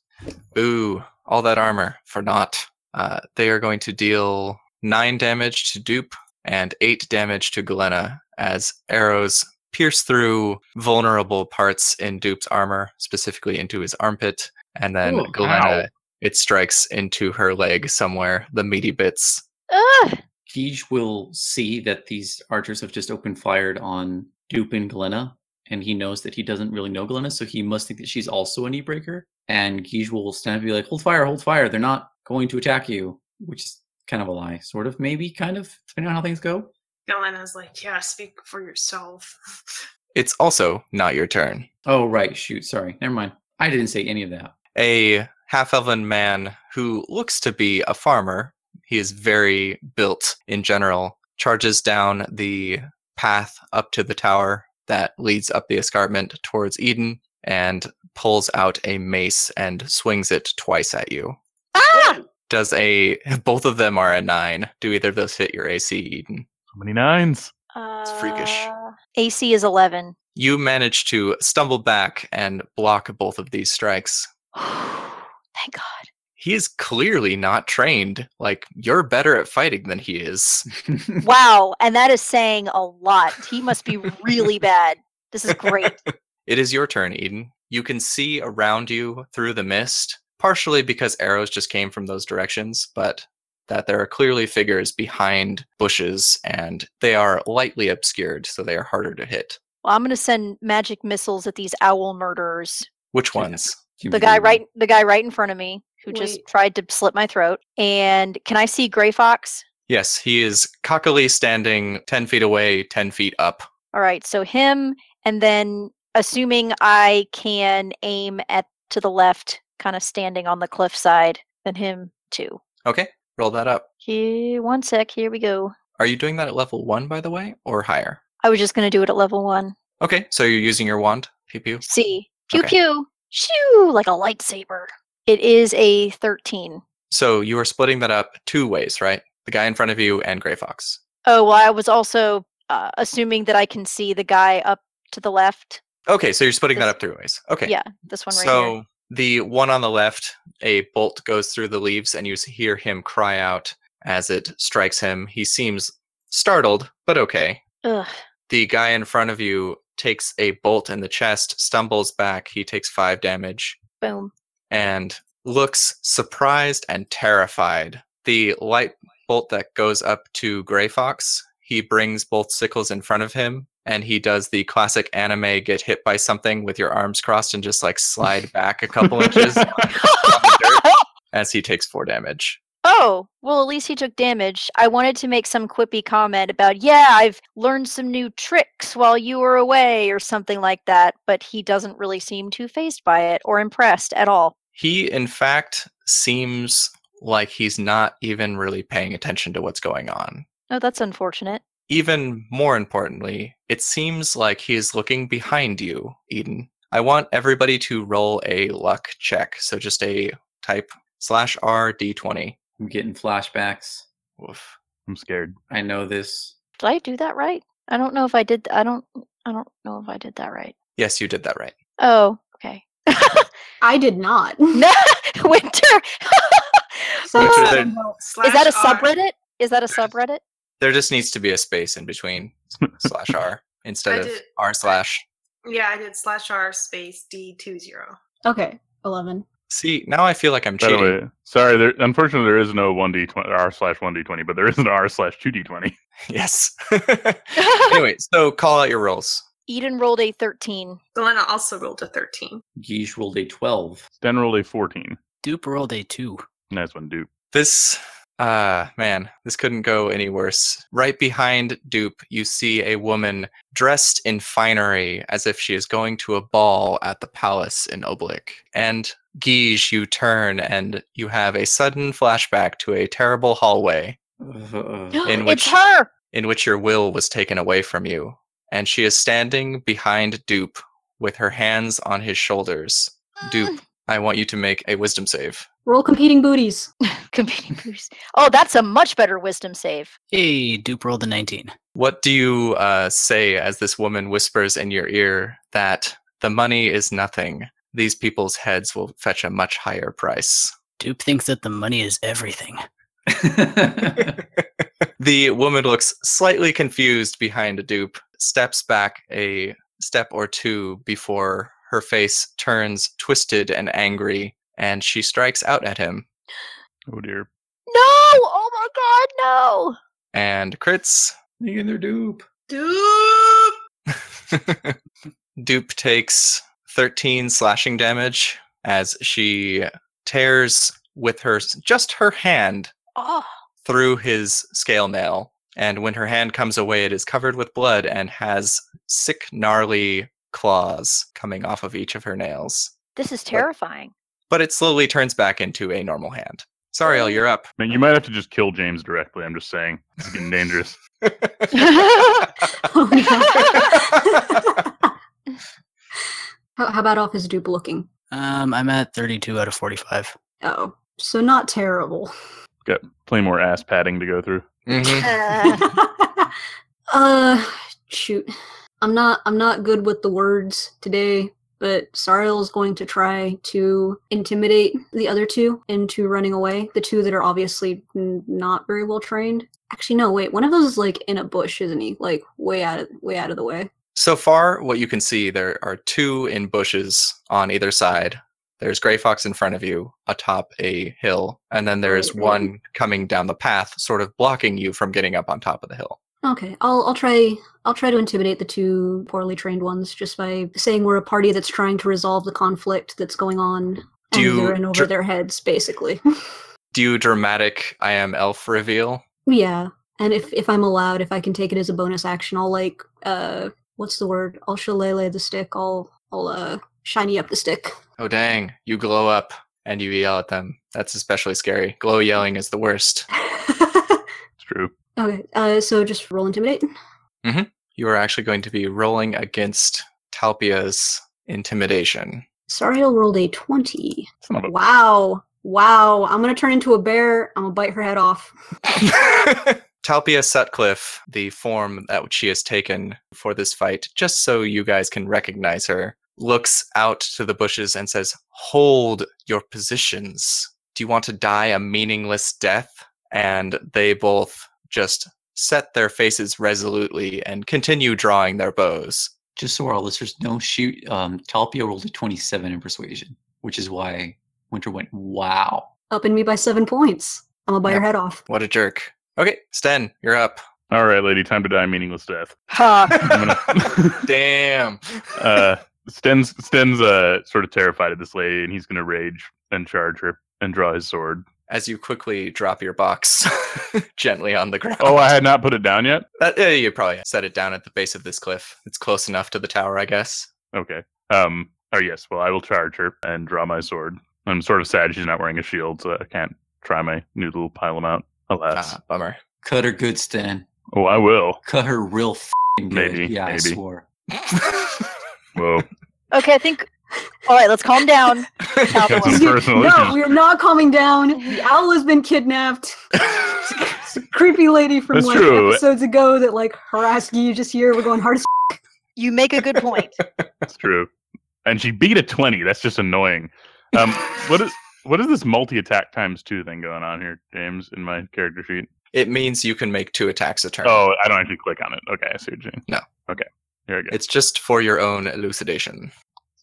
S1: Boo, all that armor for naught. Uh, they are going to deal 9 damage to Dupe and 8 damage to Glenna as arrows pierce through vulnerable parts in Dupe's armor, specifically into his armpit. And then
S2: Ooh,
S1: Glenna,
S5: ow.
S1: it strikes into her leg somewhere, the meaty bits.
S3: ugh.
S2: Geesh will see that these archers have just opened fired on Dupe and Glenna, and he knows that he doesn't really know Glenna, so he must think that she's also a knee breaker. And Geesh will stand up and be like, hold fire, hold fire, they're not going to attack you, which is kind of a lie, sort of, maybe, kind of, depending on how things go.
S4: Galena's like, yeah, speak for yourself.
S1: It's also not your turn.
S2: Oh, right, shoot, sorry, never mind. I didn't say any of that.
S1: a half elven man who looks to be a farmer. He is very built in general, charges down the path up to the tower that leads up the escarpment towards Eden and pulls out a mace and swings it twice at you.
S3: Ah,
S1: Does a both of them are a nine. Do either of those hit your AC, Eden?
S5: How many nines?
S1: freakish.
S3: Uh, AC is eleven.
S1: You manage to stumble back and block both of these strikes.
S3: Thank God.
S1: He is clearly not trained. Like, you're better at fighting than he is.
S3: Wow, and that is saying a lot. He must be really bad. This is great.
S1: It is your turn, Eden. You can see around you through the mist, partially because arrows just came from those directions, but that there are clearly figures behind bushes and they are lightly obscured, so they are harder to hit.
S3: Well, I'm gonna send magic missiles at these owl murderers.
S1: Which ones?
S3: The guy right, the guy right in front of me who just
S4: Wait.
S3: tried to slit my throat. And can I see Gray Fox?
S1: Yes, he is cockily standing 10 feet away, 10 feet up.
S3: All right, so him, and then assuming I can aim at to the left, kind of standing on the cliff side, then him too.
S1: Okay, roll that up.
S3: Here, one sec. Here we go.
S1: Are you doing that at level one, by the way, or higher?
S3: I was just gonna do it at level one.
S1: Okay, so you're using your wand. Pew pew.
S3: See, pew
S1: Okay.
S3: pew, shoo, like a lightsaber. It is a thirteen.
S1: So you are splitting that up two ways, right? The guy in front of you and Gray Fox.
S3: Oh, well, I was also uh, assuming that I can see the guy up to the left.
S1: Okay, so you're splitting that
S3: This-
S1: up three ways. Okay.
S3: Yeah, this one right
S1: so
S3: here.
S1: the one on the left, a bolt goes through the leaves, and you s- hear him cry out as it strikes him. He seems startled, but okay.
S3: Ugh.
S1: The guy in front of you takes a bolt in the chest, stumbles back. He takes five damage
S3: Boom.
S1: and looks surprised and terrified. The light bolt that goes up to Gray Fox, he brings both sickles in front of him and he does the classic anime get hit by something with your arms crossed and just like slide back a couple inches as he takes four damage.
S3: oh, well, at least he took damage. I wanted to make some quippy comment about, yeah, I've learned some new tricks while you were away or something like that, but he doesn't really seem too phased by it or impressed at all.
S1: He, in fact, seems like he's not even really paying attention to what's going on.
S3: Oh, that's unfortunate.
S1: Even more importantly, it seems like he is looking behind you, Eden. I want everybody to roll a luck check. So just a type slash R D20.
S2: I'm getting flashbacks.
S1: Woof.
S5: I'm scared.
S2: I know this.
S3: Did I do that right? I don't know if I did. I don't. I don't know if I did that right.
S1: Yes, you did that right.
S3: Oh, okay.
S6: I did not.
S3: No, Winter. Uh,
S6: So-
S1: Which are the-
S3: Is that a
S4: Slash R.
S3: subreddit? Is that a subreddit?
S1: There just needs to be a space in between slash R instead
S4: I
S1: of
S4: did-
S1: R slash.
S4: Yeah, I did slash R space D two zero.
S6: Okay, eleven.
S1: See, now I feel like I'm
S5: By the
S1: cheating.
S5: way, sorry. There, unfortunately, there is no one d twenty r slash one d twenty, but there is an r slash two d twenty.
S1: Yes. anyway, so call out your rolls.
S3: Eden rolled a 13.
S4: Glenna also rolled a thirteen.
S2: Geesh rolled a 12.
S5: Sten rolled a fourteen.
S7: Dupe rolled a two.
S5: Nice one, dude.
S1: This, uh, man, this couldn't go any worse. Right behind Dupe, you see a woman dressed in finery as if she is going to a ball at the palace in Oblik. And Guige, you turn and you have a sudden flashback to a terrible hallway In which-
S3: it's her.
S1: in which your will was taken away from you. And she is standing behind Dupe with her hands on his shoulders. Dupe, I want you to make a wisdom save.
S6: Roll competing booties.
S3: Competing boost. Oh, that's a much better wisdom save.
S7: Hey, dupe rolled a 19.
S1: What do you uh, say as this woman whispers in your ear that the money is nothing? These people's heads will fetch a much higher price.
S7: Dupe thinks that the money is everything.
S1: The woman looks slightly confused behind a dupe, steps back a step or two before her face turns twisted and angry, and she strikes out at him
S5: Oh dear.
S3: No! Oh my god, no!
S1: and crits.
S2: You and their dupe.
S4: Dupe.
S1: dupe takes 13 slashing damage as she tears with her just her hand
S3: Oh,
S1: through his scale nail. And when her hand comes away, it is covered with blood and has sick, gnarly claws coming off of each of her nails.
S3: this is terrifying.
S1: But it slowly turns back into a normal hand. Sorry, El, you're up.
S5: Man, you might have to just kill James directly. I'm just saying. It's getting dangerous.
S3: Uh.
S6: Oh, no. how, how about off his dupe looking?
S7: Um, I'm at 32 out of 45.
S6: Oh, so not terrible.
S5: Plenty more ass padding to go through.
S1: Mhm.
S3: Uh,
S6: uh, shoot. I'm not. I'm not good with the words today. But Sariel's going to try to intimidate the other two into running away. The two that are obviously n- not very well trained. Actually, no. Wait, one of those is like in a bush, isn't he? Like way out of way out of the way.
S1: So far, what you can see, there are two in bushes on either side. There's Grey Fox in front of you atop a hill, and then there is
S6: Mhm.
S1: one coming down the path, sort of blocking you from getting up on top of the hill.
S6: Okay, I'll I'll try I'll try to intimidate the two poorly trained ones just by saying we're a party that's trying to resolve the conflict that's going on
S1: Do
S6: and
S1: you
S6: they're in over
S1: dr-
S6: their heads, basically.
S1: Do you dramatic I am elf reveal?
S6: yeah. And if if I'm allowed, if I can take it as a bonus action, I'll like uh what's the word? I'll shillelagh the stick, I'll I'll uh shiny up the stick.
S1: Oh, dang, you glow up and you yell at them. That's especially scary. Glow yelling is the worst.
S5: It's true.
S6: okay, uh so just roll intimidate.
S1: You are actually going to be rolling against Talpia's intimidation.
S6: Sariel rolled a twenty.
S5: Son of a-
S6: Wow. Wow. I'm gonna turn into a bear, I'm gonna bite her head off.
S1: Talpia Sutcliffe, the form that she has taken for this fight, just so you guys can recognize her, looks out to the bushes and says, Hold your positions. Do you want to die a meaningless death? And they both just set their faces resolutely and continue drawing their bows.
S2: Just so our listeners know, she um, Talpia rolled a 27 in persuasion, which is why Winter went, wow.
S6: upping me by seven points. I'm gonna bite
S1: Yep.
S6: her head off.
S1: What a jerk. Okay, Sten, you're up.
S5: All right, lady. Time to die. Meaningless death.
S3: huh.
S5: I'm gonna-
S1: Damn.
S5: uh, Sten's Sten's uh, sort of terrified of this lady, and he's going to rage and charge her and draw his sword
S1: as you quickly drop your box gently on the ground.
S5: Oh, I had not put it down yet.
S1: That, Uh, yeah, you probably set it down at the base of this cliff. It's close enough to the tower, I guess.
S5: Okay. Um. Oh yes. Well, I will charge her and draw my sword. I'm sort of sad she's not wearing a shield, so I can't try my noodle pile them out. Alas.
S1: Ah, bummer.
S2: Cut her good, Stan.
S5: Oh, I will.
S2: Cut her real fing good.
S5: Maybe,
S2: yeah, I
S5: maybe.
S2: swore.
S5: Whoa.
S3: Okay, I think. All right, let's calm down. Stop
S5: Got
S3: it.
S5: some personal
S6: no,
S5: issues.
S6: we're not calming down. The owl has been kidnapped. Creepy lady from
S5: That's
S6: like
S5: true.
S6: episodes ago that like harassed you just here. We're going hard as
S3: You make a good point.
S5: That's true. And she beat a twenty. That's just annoying. Um. what is what is this multi attack times two thing going on here, James, in my character sheet?
S1: It means you can make two attacks a turn.
S5: Oh, I don't actually click on it. Okay, I see what you mean.
S1: No.
S5: Okay. Here I go.
S1: It's just for your own elucidation.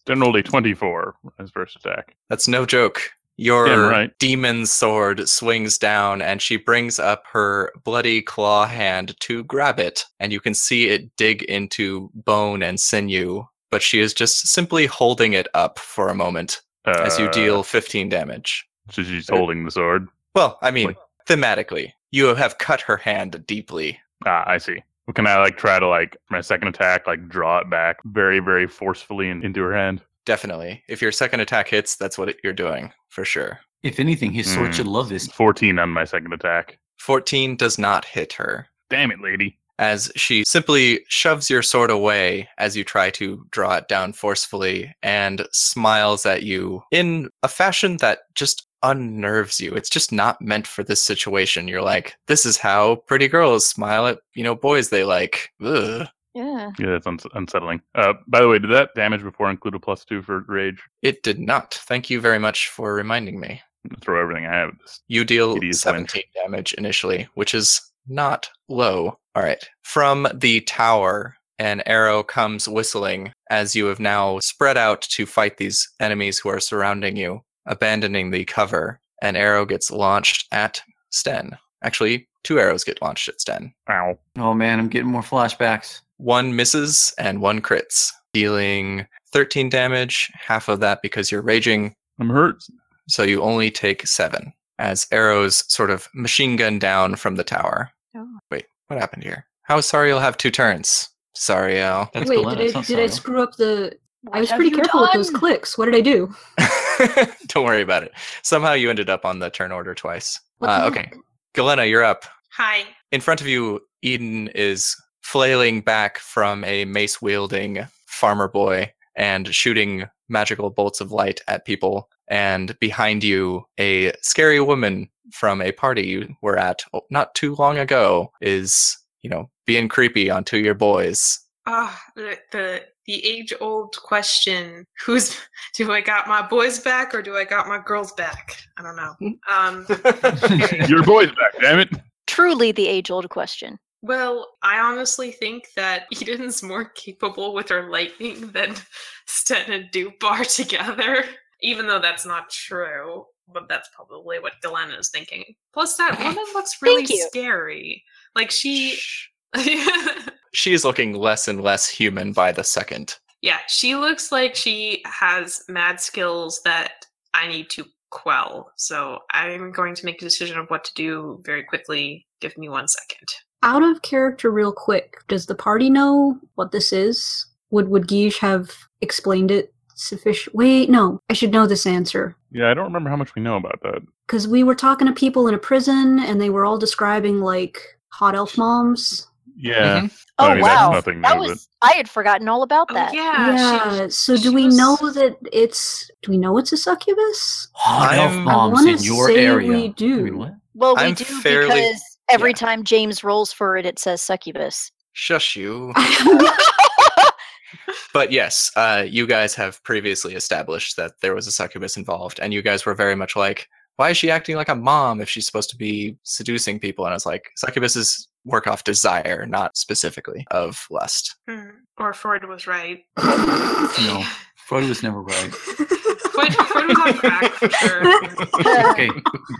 S5: Then rolled a 24 as first attack.
S1: That's no joke. Your
S5: Damn right.
S1: demon sword swings down, and she brings up her bloody claw hand to grab it, and you can see it dig into bone and sinew. But she is just simply holding it up for a moment
S5: Uh,
S1: as you deal 15 damage.
S5: So she's holding the sword.
S1: Well, I mean,
S5: Like-
S1: thematically, you have cut her hand deeply.
S5: Ah, I see. Well, Can I like try to like my second attack, like draw it back very, very forcefully in, into her hand?
S1: Definitely. If your second attack hits, that's what you're doing, for sure.
S2: If anything, his sword
S5: Mm.
S2: should love this.
S5: 14 on my second attack.
S1: 14 does not hit her,
S5: Damn it, lady.
S1: as she simply shoves your sword away as you try to draw it down forcefully and smiles at you in a fashion that just unnerves you. It's just not meant for this situation. You're like, this is how pretty girls smile at, you know, boys they like. Ugh.
S3: yeah.
S5: Yeah, that's uns- unsettling. Uh, by the way, did that damage before include a plus two for rage?
S1: It did not. Thank you very much for reminding me.
S5: Throw everything I have at this.
S1: You deal
S5: Hideous
S1: 17 damage initially, which is not low. All right. From the tower, an arrow comes whistling as you have now spread out to fight these enemies who are surrounding you, abandoning the cover. An arrow gets launched at Sten. Actually, two arrows get launched at Sten.
S5: Ow.
S2: Oh man, I'm getting more flashbacks.
S1: One misses and one crits, dealing 13 damage, half of that because you're raging,
S5: I'm hurt.
S1: so you only take seven as arrows sort of machine gun down from the tower.
S3: Oh.
S1: Wait, what happened here? How sorry you'll have two turns. Sorry, Al.
S2: That's
S6: Wait,
S2: Glenn,
S6: did I
S2: that's
S6: did I
S2: not Samuel.
S6: screw up the? I
S3: What
S6: was
S3: have
S6: pretty
S3: you
S6: careful with those
S3: done?
S6: clicks. What did I do?
S1: Don't worry about it. Somehow you ended up on the turn order twice.
S6: What
S1: Uh,
S6: the
S1: okay, Galena, you're up.
S4: Hi.
S1: In front of you, Eden is flailing back from a mace wielding farmer boy and shooting magical bolts of light at people. And behind you, a scary woman from a party you were at oh, not too long ago is, you know, being creepy on two of your boys.
S4: Ah, the the, the age old question: Who's do I got my boys back or do I got my girls back? I don't know.
S3: Hmm.
S4: Um,
S5: Your boy's back, damn it.
S3: Truly the age old question.
S4: well, I honestly think that Eden's more capable with her lightning than Sten and Dupe are together. Even though that's not true, but that's probably what Glenn is thinking. Plus, that woman looks really
S3: Thank you.
S4: scary. Like she,
S1: Shh. She is looking less and less human by the second.
S4: Yeah, she looks like she has mad skills that I need to quell. So I'm going to make a decision of what to do very quickly. Give me one second.
S6: Out of character, real quick. Does the party know what this is? Would Would Geesh have explained it sufficient? Wait, no. I should know this answer.
S5: Yeah, I don't remember how much we know about that.
S6: because we were talking to people in a prison and they were all describing like hot elf moms
S5: Yeah.
S3: Oh
S5: I mean, that's
S3: wow,
S5: nothing
S3: that
S5: new, but-
S3: was I had forgotten all about that.
S4: Oh yeah, she-
S6: yeah so
S4: she
S6: do we
S4: was-
S6: know that it's do we know it's a succubus
S2: Hot
S1: I'm-
S2: elf
S1: I
S2: moms
S6: wanna
S2: in your
S6: say
S2: area.
S6: we
S2: I
S6: do.
S2: mean, what?
S3: Well, we
S1: I'm
S3: do
S1: fairly-
S3: because every
S1: yeah.
S3: time James rolls for it, it says succubus.
S1: Shush you. But yes, uh, you guys have previously established that there was a succubus involved, and you guys were very much like, why is she acting like a mom if she's supposed to be seducing people? And I was like, succubuses work off desire, not specifically of lust.
S4: Hmm, or Freud was right.
S2: No, Freud was never right.
S4: Freud, Freud was on crack for sure.
S2: okay, you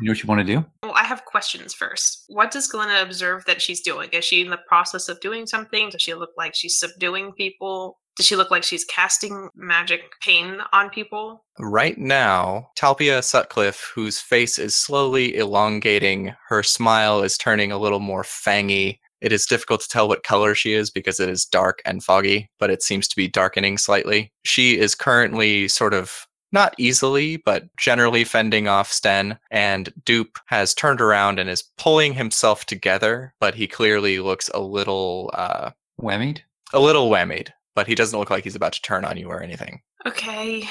S2: know what you want to do?
S4: Well, I have questions first. What does Glenna observe that she's doing? Is she in the process of doing something? Does she look like she's subduing people? Does she look like she's casting magic pain on people?
S1: Right now, Talpia Sutcliffe, whose face is slowly elongating, her smile is turning a little more fangy. It is difficult to tell what color she is because it is dark and foggy, but it seems to be darkening slightly. She is currently sort of not easily, but generally fending off Sten, and Dupe has turned around and is pulling himself together, but he clearly looks a little uh,
S2: Whammied?
S1: a little whammied, but he doesn't look like he's about to turn on you or anything.
S4: Okay,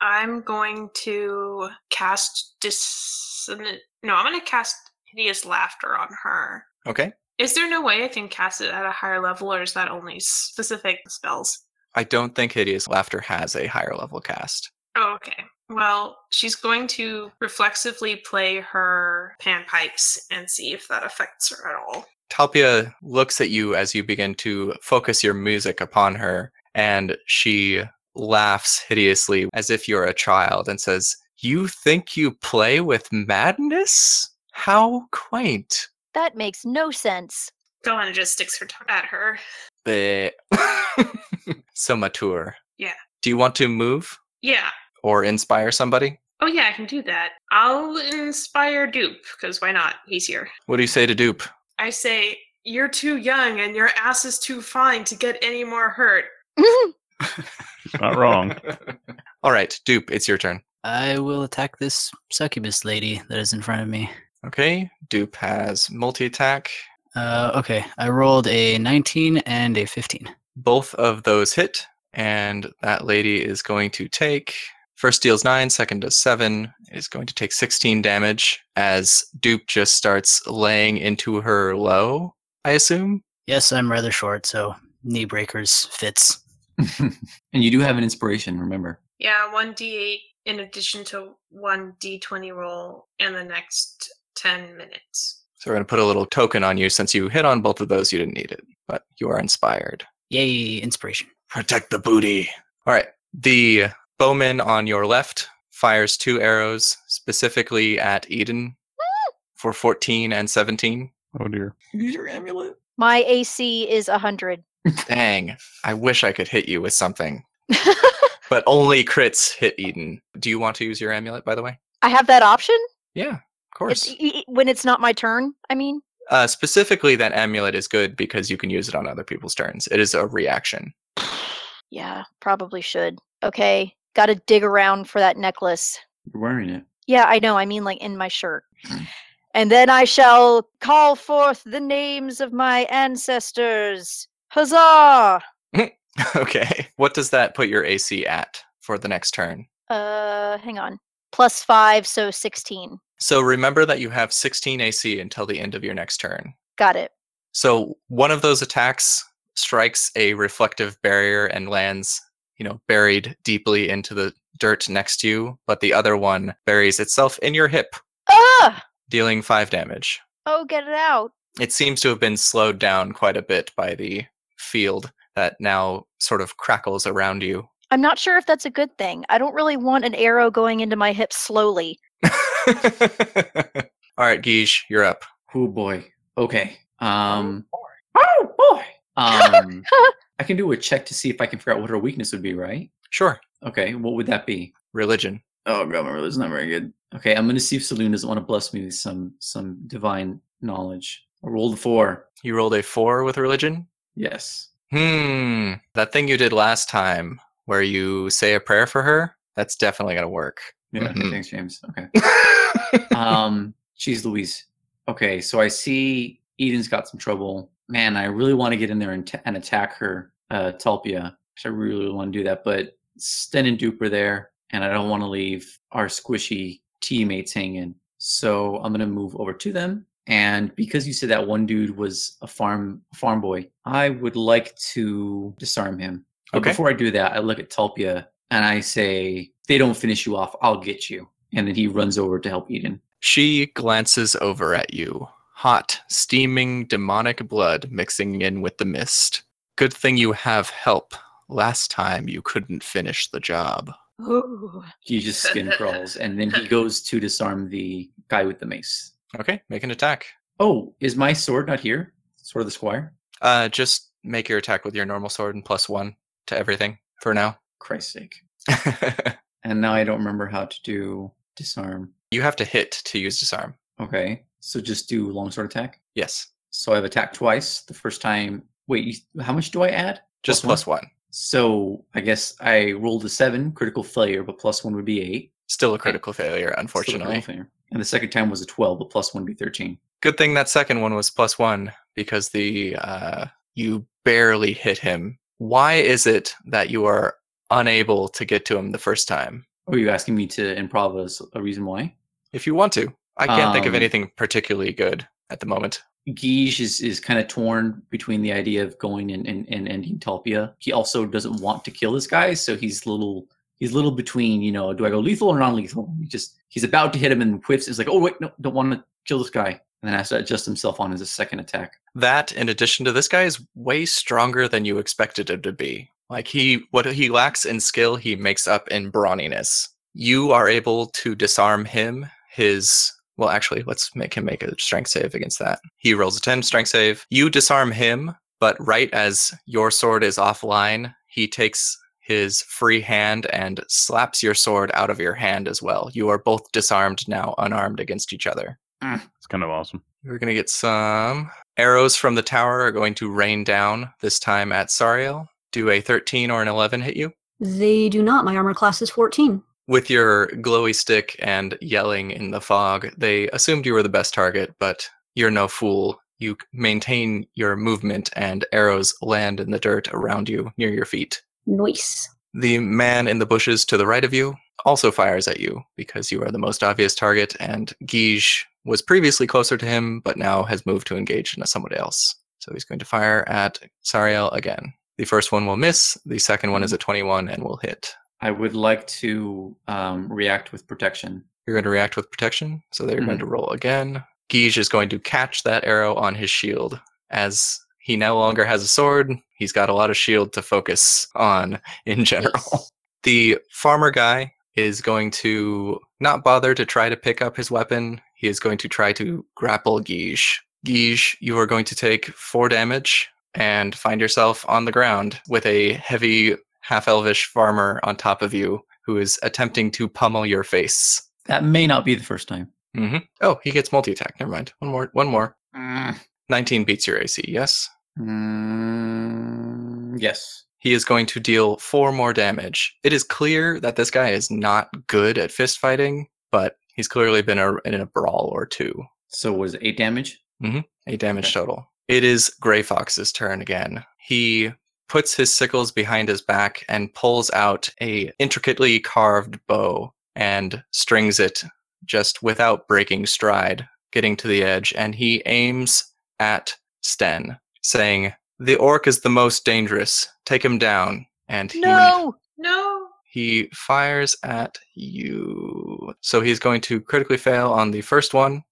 S4: I'm going to cast dissonant. No, I'm going to cast hideous laughter on her.
S1: Okay.
S4: Is there no way I can cast it at a higher level, or is that only specific spells?
S1: I don't think Hideous Laughter has a higher level cast.
S4: Oh, okay. Well, she's going to reflexively play her panpipes and see if that affects her at all.
S1: Talpia looks at you as you begin to focus your music upon her, and she laughs hideously as if you're a child and says, You think you play with madness? How quaint.
S3: That makes no sense.
S4: Galena just sticks her tongue at her.
S1: Bleh. so mature.
S4: Yeah.
S1: Do you want to move
S4: Yeah.
S1: or inspire somebody?
S4: Oh, yeah, I can do that. I'll inspire Dupe, because why not? He's here.
S1: What do you say to Dupe?
S4: I say, You're too young and your ass is too fine to get any more hurt.
S5: Not wrong.
S1: All right, Dupe, it's your turn.
S7: I will attack this succubus lady that is in front of me.
S1: Okay, Dupe has multi attack.
S7: Uh, okay, I rolled a 19 and a 15.
S1: Both of those hit, and that lady is going to take first deals nine, second does seven, is going to take 16 damage as Dupe just starts laying into her low, I assume.
S7: Yes, I'm rather short, so knee breakers fits.
S2: and you do have an inspiration, remember.
S4: Yeah, 1d8 in addition to 1d20 roll in the next 10 minutes.
S1: So we're going to put a little token on you since you hit on both of those, you didn't need it, but you are inspired.
S7: Yay, inspiration.
S1: Protect the booty. All right. The bowman on your left fires two arrows specifically at Eden for 14 and 17.
S5: Oh dear.
S2: Use your amulet.
S3: My AC is 100.
S1: Dang. I wish I could hit you with something, but only crits hit Eden. Do you want to use your amulet, by the way?
S3: I have that option?
S1: Yeah, of
S3: It's,
S1: course.
S3: i- i- when it's not my turn, I mean?
S1: Uh, specifically, that amulet is good because you can use it on other people's turns. It is a reaction.
S3: Yeah, probably should. Okay, gotta dig around for that necklace.
S2: You're wearing it.
S3: Yeah, I know. I mean, like in my shirt.
S1: Hmm.
S3: and then I shall call forth the names of my ancestors. Huzzah!
S1: okay. What does that put your AC at for the next turn?
S3: Uh, hang on. Plus five, so 16.
S1: So remember that you have 16 AC until the end of your next turn.
S3: Got it.
S1: So one of those attacks strikes a reflective barrier and lands, you know, buried deeply into the dirt next to you, but the other one buries itself in your hip,
S3: Ah!
S1: dealing 5 damage.
S3: Oh, get it out.
S1: It seems to have been slowed down quite a bit by the field that now sort of crackles around you.
S3: I'm not sure if that's a good thing. I don't really want an arrow going into my hip slowly.
S1: All right, Geesh, you're up.
S2: Oh boy. Okay. Um. Oh boy. Um. I can do a check to see if I can figure out what her weakness would be. Right.
S1: Sure.
S2: Okay. What would that be?
S1: Religion.
S2: Oh god, my religion's not very good. Okay, I'm gonna see if Saloon doesn't want to bless me with some some divine knowledge. I rolled a four.
S1: You rolled a 4 with religion?
S2: Yes.
S1: Hmm. That thing you did last time where you say a prayer for her, that's definitely going to work.
S2: Yeah.
S1: Mhm.
S2: Thanks, James. Okay. um. Jeez, Louise. Okay, so I see Eden's got some trouble. Man, I really want to get in there and, t- and attack her, uh, Talpia. 'cause I really want to do that, but Sten and Dupe are there, and I don't want to leave our squishy teammates hanging. So I'm gonna move over to them. And because you said that one dude was a farm farm boy, I would like to disarm him. But
S1: Okay.
S2: before I do that, I look at Talpia and I say, "They don't finish you off. I'll get you." And then he runs over to help Eden.
S1: She glances over at you, hot, steaming, demonic blood mixing in with the mist. Good thing you have help. Last time you couldn't finish the job.
S3: Ooh.
S2: He just skin crawls, and then he goes to disarm the guy with the mace.
S1: Okay, make an attack.
S2: Oh, is my sword not here? Sword of the Squire.
S1: Uh, just make your attack with your normal sword and plus one. to everything for now.
S2: Christ's sake. And now I don't remember how to do disarm.
S1: you have to hit to use disarm.
S2: Okay. So just do longsword attack.
S1: Yes.
S2: So I've attacked twice. The first time, wait, you, how much do I add?
S1: Just plus,
S2: Plus
S1: plus one.
S2: So I guess I rolled a seven, critical failure, but plus one would be eight.
S1: Still a critical failure,
S2: Still a critical
S1: unfortunately.
S2: failure. And the second time was a 12, but plus one would be 13.
S1: Good thing that second one was plus one because the uh, you barely hit him. Why is it that you are unable to get to him the first time?
S2: Are you asking me to improv as a reason why?
S1: If you want to, I can't think of
S2: Um,
S1: anything particularly good at the moment.
S2: Guige is, is kind of torn between the idea of going and, and, and ending Talpia. He also doesn't want to kill this guy, so he's little he's little between, you know, do I go lethal or non-lethal? He just he's about to hit him and whiffs. He's like, oh wait, no, don't want to kill this guy, and then has to adjust himself on his second attack.
S1: That, in addition to this guy, is way stronger than you expected him to be. Like he, what he lacks in skill, he makes up in brawniness. You are able to disarm him. His well, actually, let's make him make a strength save against that. He rolls a ten strength save. You disarm him, but right as your sword is offline, he takes his free hand and slaps your sword out of your hand as well. You are both disarmed now, unarmed against each other.
S5: It's kind of awesome.
S1: We're going to get some arrows from the tower are going to rain down this time at Sariel. Do a 13 or an 11 hit you?
S6: They do not. My armor class is 14.
S1: With your glowy stick and yelling in the fog, they assumed you were the best target, but you're no fool. You c- maintain your movement and arrows land in the dirt around you near your feet.
S6: Nice.
S1: The man in the bushes to the right of you also fires at you because you are the most obvious target, and Guige was previously closer to him, but now has moved to engage in somebody else. So he's going to fire at Sariel again. The first one will miss, the second one is a 21 and will hit.
S2: I would like to um, react with protection.
S1: You're going to react with protection, so they're going to
S2: Mhm.
S1: roll again. Guige is going to catch that arrow on his shield. As he no longer has a sword, he's got a lot of shield to focus on in general. The farmer guy is going to not bother to try to pick up his weapon. He is going to try to grapple Guige. Guige, you are going to take four damage and find yourself on the ground with a heavy half elvish farmer on top of you who is attempting to pummel your face.
S2: That may not be the first time.
S1: hmm Oh, he gets multi attack. Never mind. One more. One more.
S2: Mm.
S1: 19 beats your AC. Yes.
S2: Mm, yes.
S1: He is going to deal four more damage. It is clear that this guy is not good at fist fighting, but he's clearly been a, in a brawl or two.
S2: So was it eight damage?
S1: Eight damage total. It is Grey Fox's turn again. He puts his sickles behind his back and pulls out a intricately carved bow and strings it just without breaking stride, getting to the edge, and he aims at Sten, saying, The orc is the most dangerous. Take him down. And he
S3: No.
S4: No.
S1: he fires at you. So he's going to critically fail on the first one.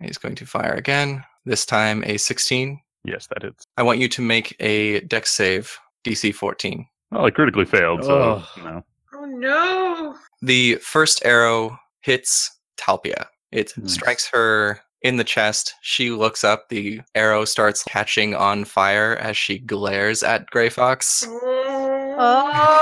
S1: he's going to fire again. This time a 16.
S5: Yes, that hits.
S1: I want you to make a dex save, DC 14.
S5: Well, I critically failed, so
S2: Ugh.
S5: you know.
S4: Oh no.
S1: The first arrow hits Talpia. It
S2: Nice.
S1: strikes her in the chest. She looks up. The arrow starts catching on fire as she glares at Grey Fox.
S3: Oh.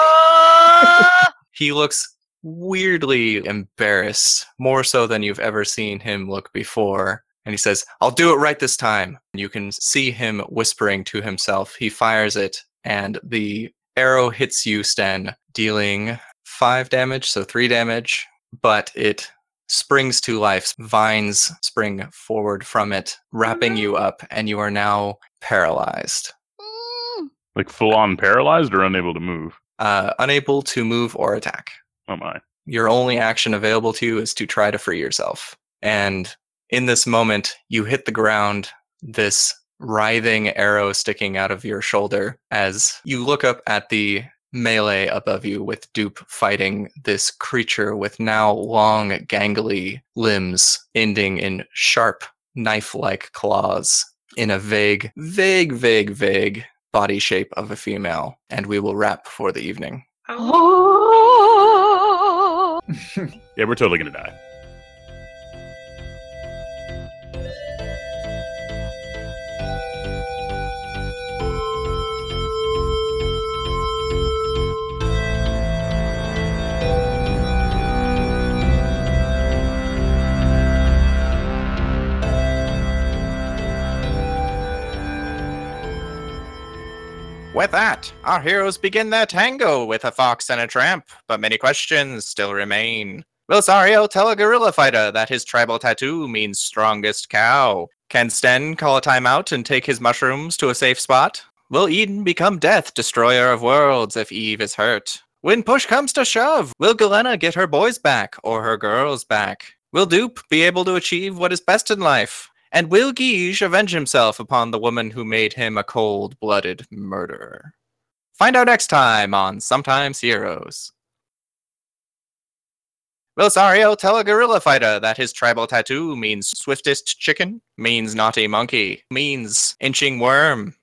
S1: He looks weirdly embarrassed, more so than you've ever seen him look before. And he says, I'll do it right this time. And you can see him whispering to himself. He fires it, and the arrow hits you, Sten, dealing five damage, so three damage, but it springs to life. Vines spring forward from it, wrapping you up, and you are now paralyzed.
S3: Mm.
S5: Like full on paralyzed or unable to move.
S1: Uh, unable to move or attack.
S5: Oh my.
S1: your only action available to you is to try to free yourself. And in this moment, you hit the ground, this writhing arrow sticking out of your shoulder as you look up at the melee above you with Dupe fighting this creature with now long, gangly limbs ending in sharp, knife like claws in a vague, vague, vague, vague body shape of a female. And we will wrap for the evening.
S4: Oh.
S3: Oh.
S5: Yeah, we're totally gonna die.
S1: With that, our heroes begin their tango with a fox and a tramp, but many questions still remain. Will Sario tell a gorilla fighter that his tribal tattoo means strongest cow? Can Sten call a timeout and take his mushrooms to a safe spot? Will Eden become death, destroyer of worlds, if Eve is hurt? When push comes to shove, will Galena get her boys back or her girls back? Will Dupe be able to achieve what is best in life? And will Guige avenge himself upon the woman who made him a cold blooded murderer? Find out next time on Sometimes Heroes. Will Sario tell a gorilla fighter that his tribal tattoo means swiftest chicken, means naughty monkey, means inching worm?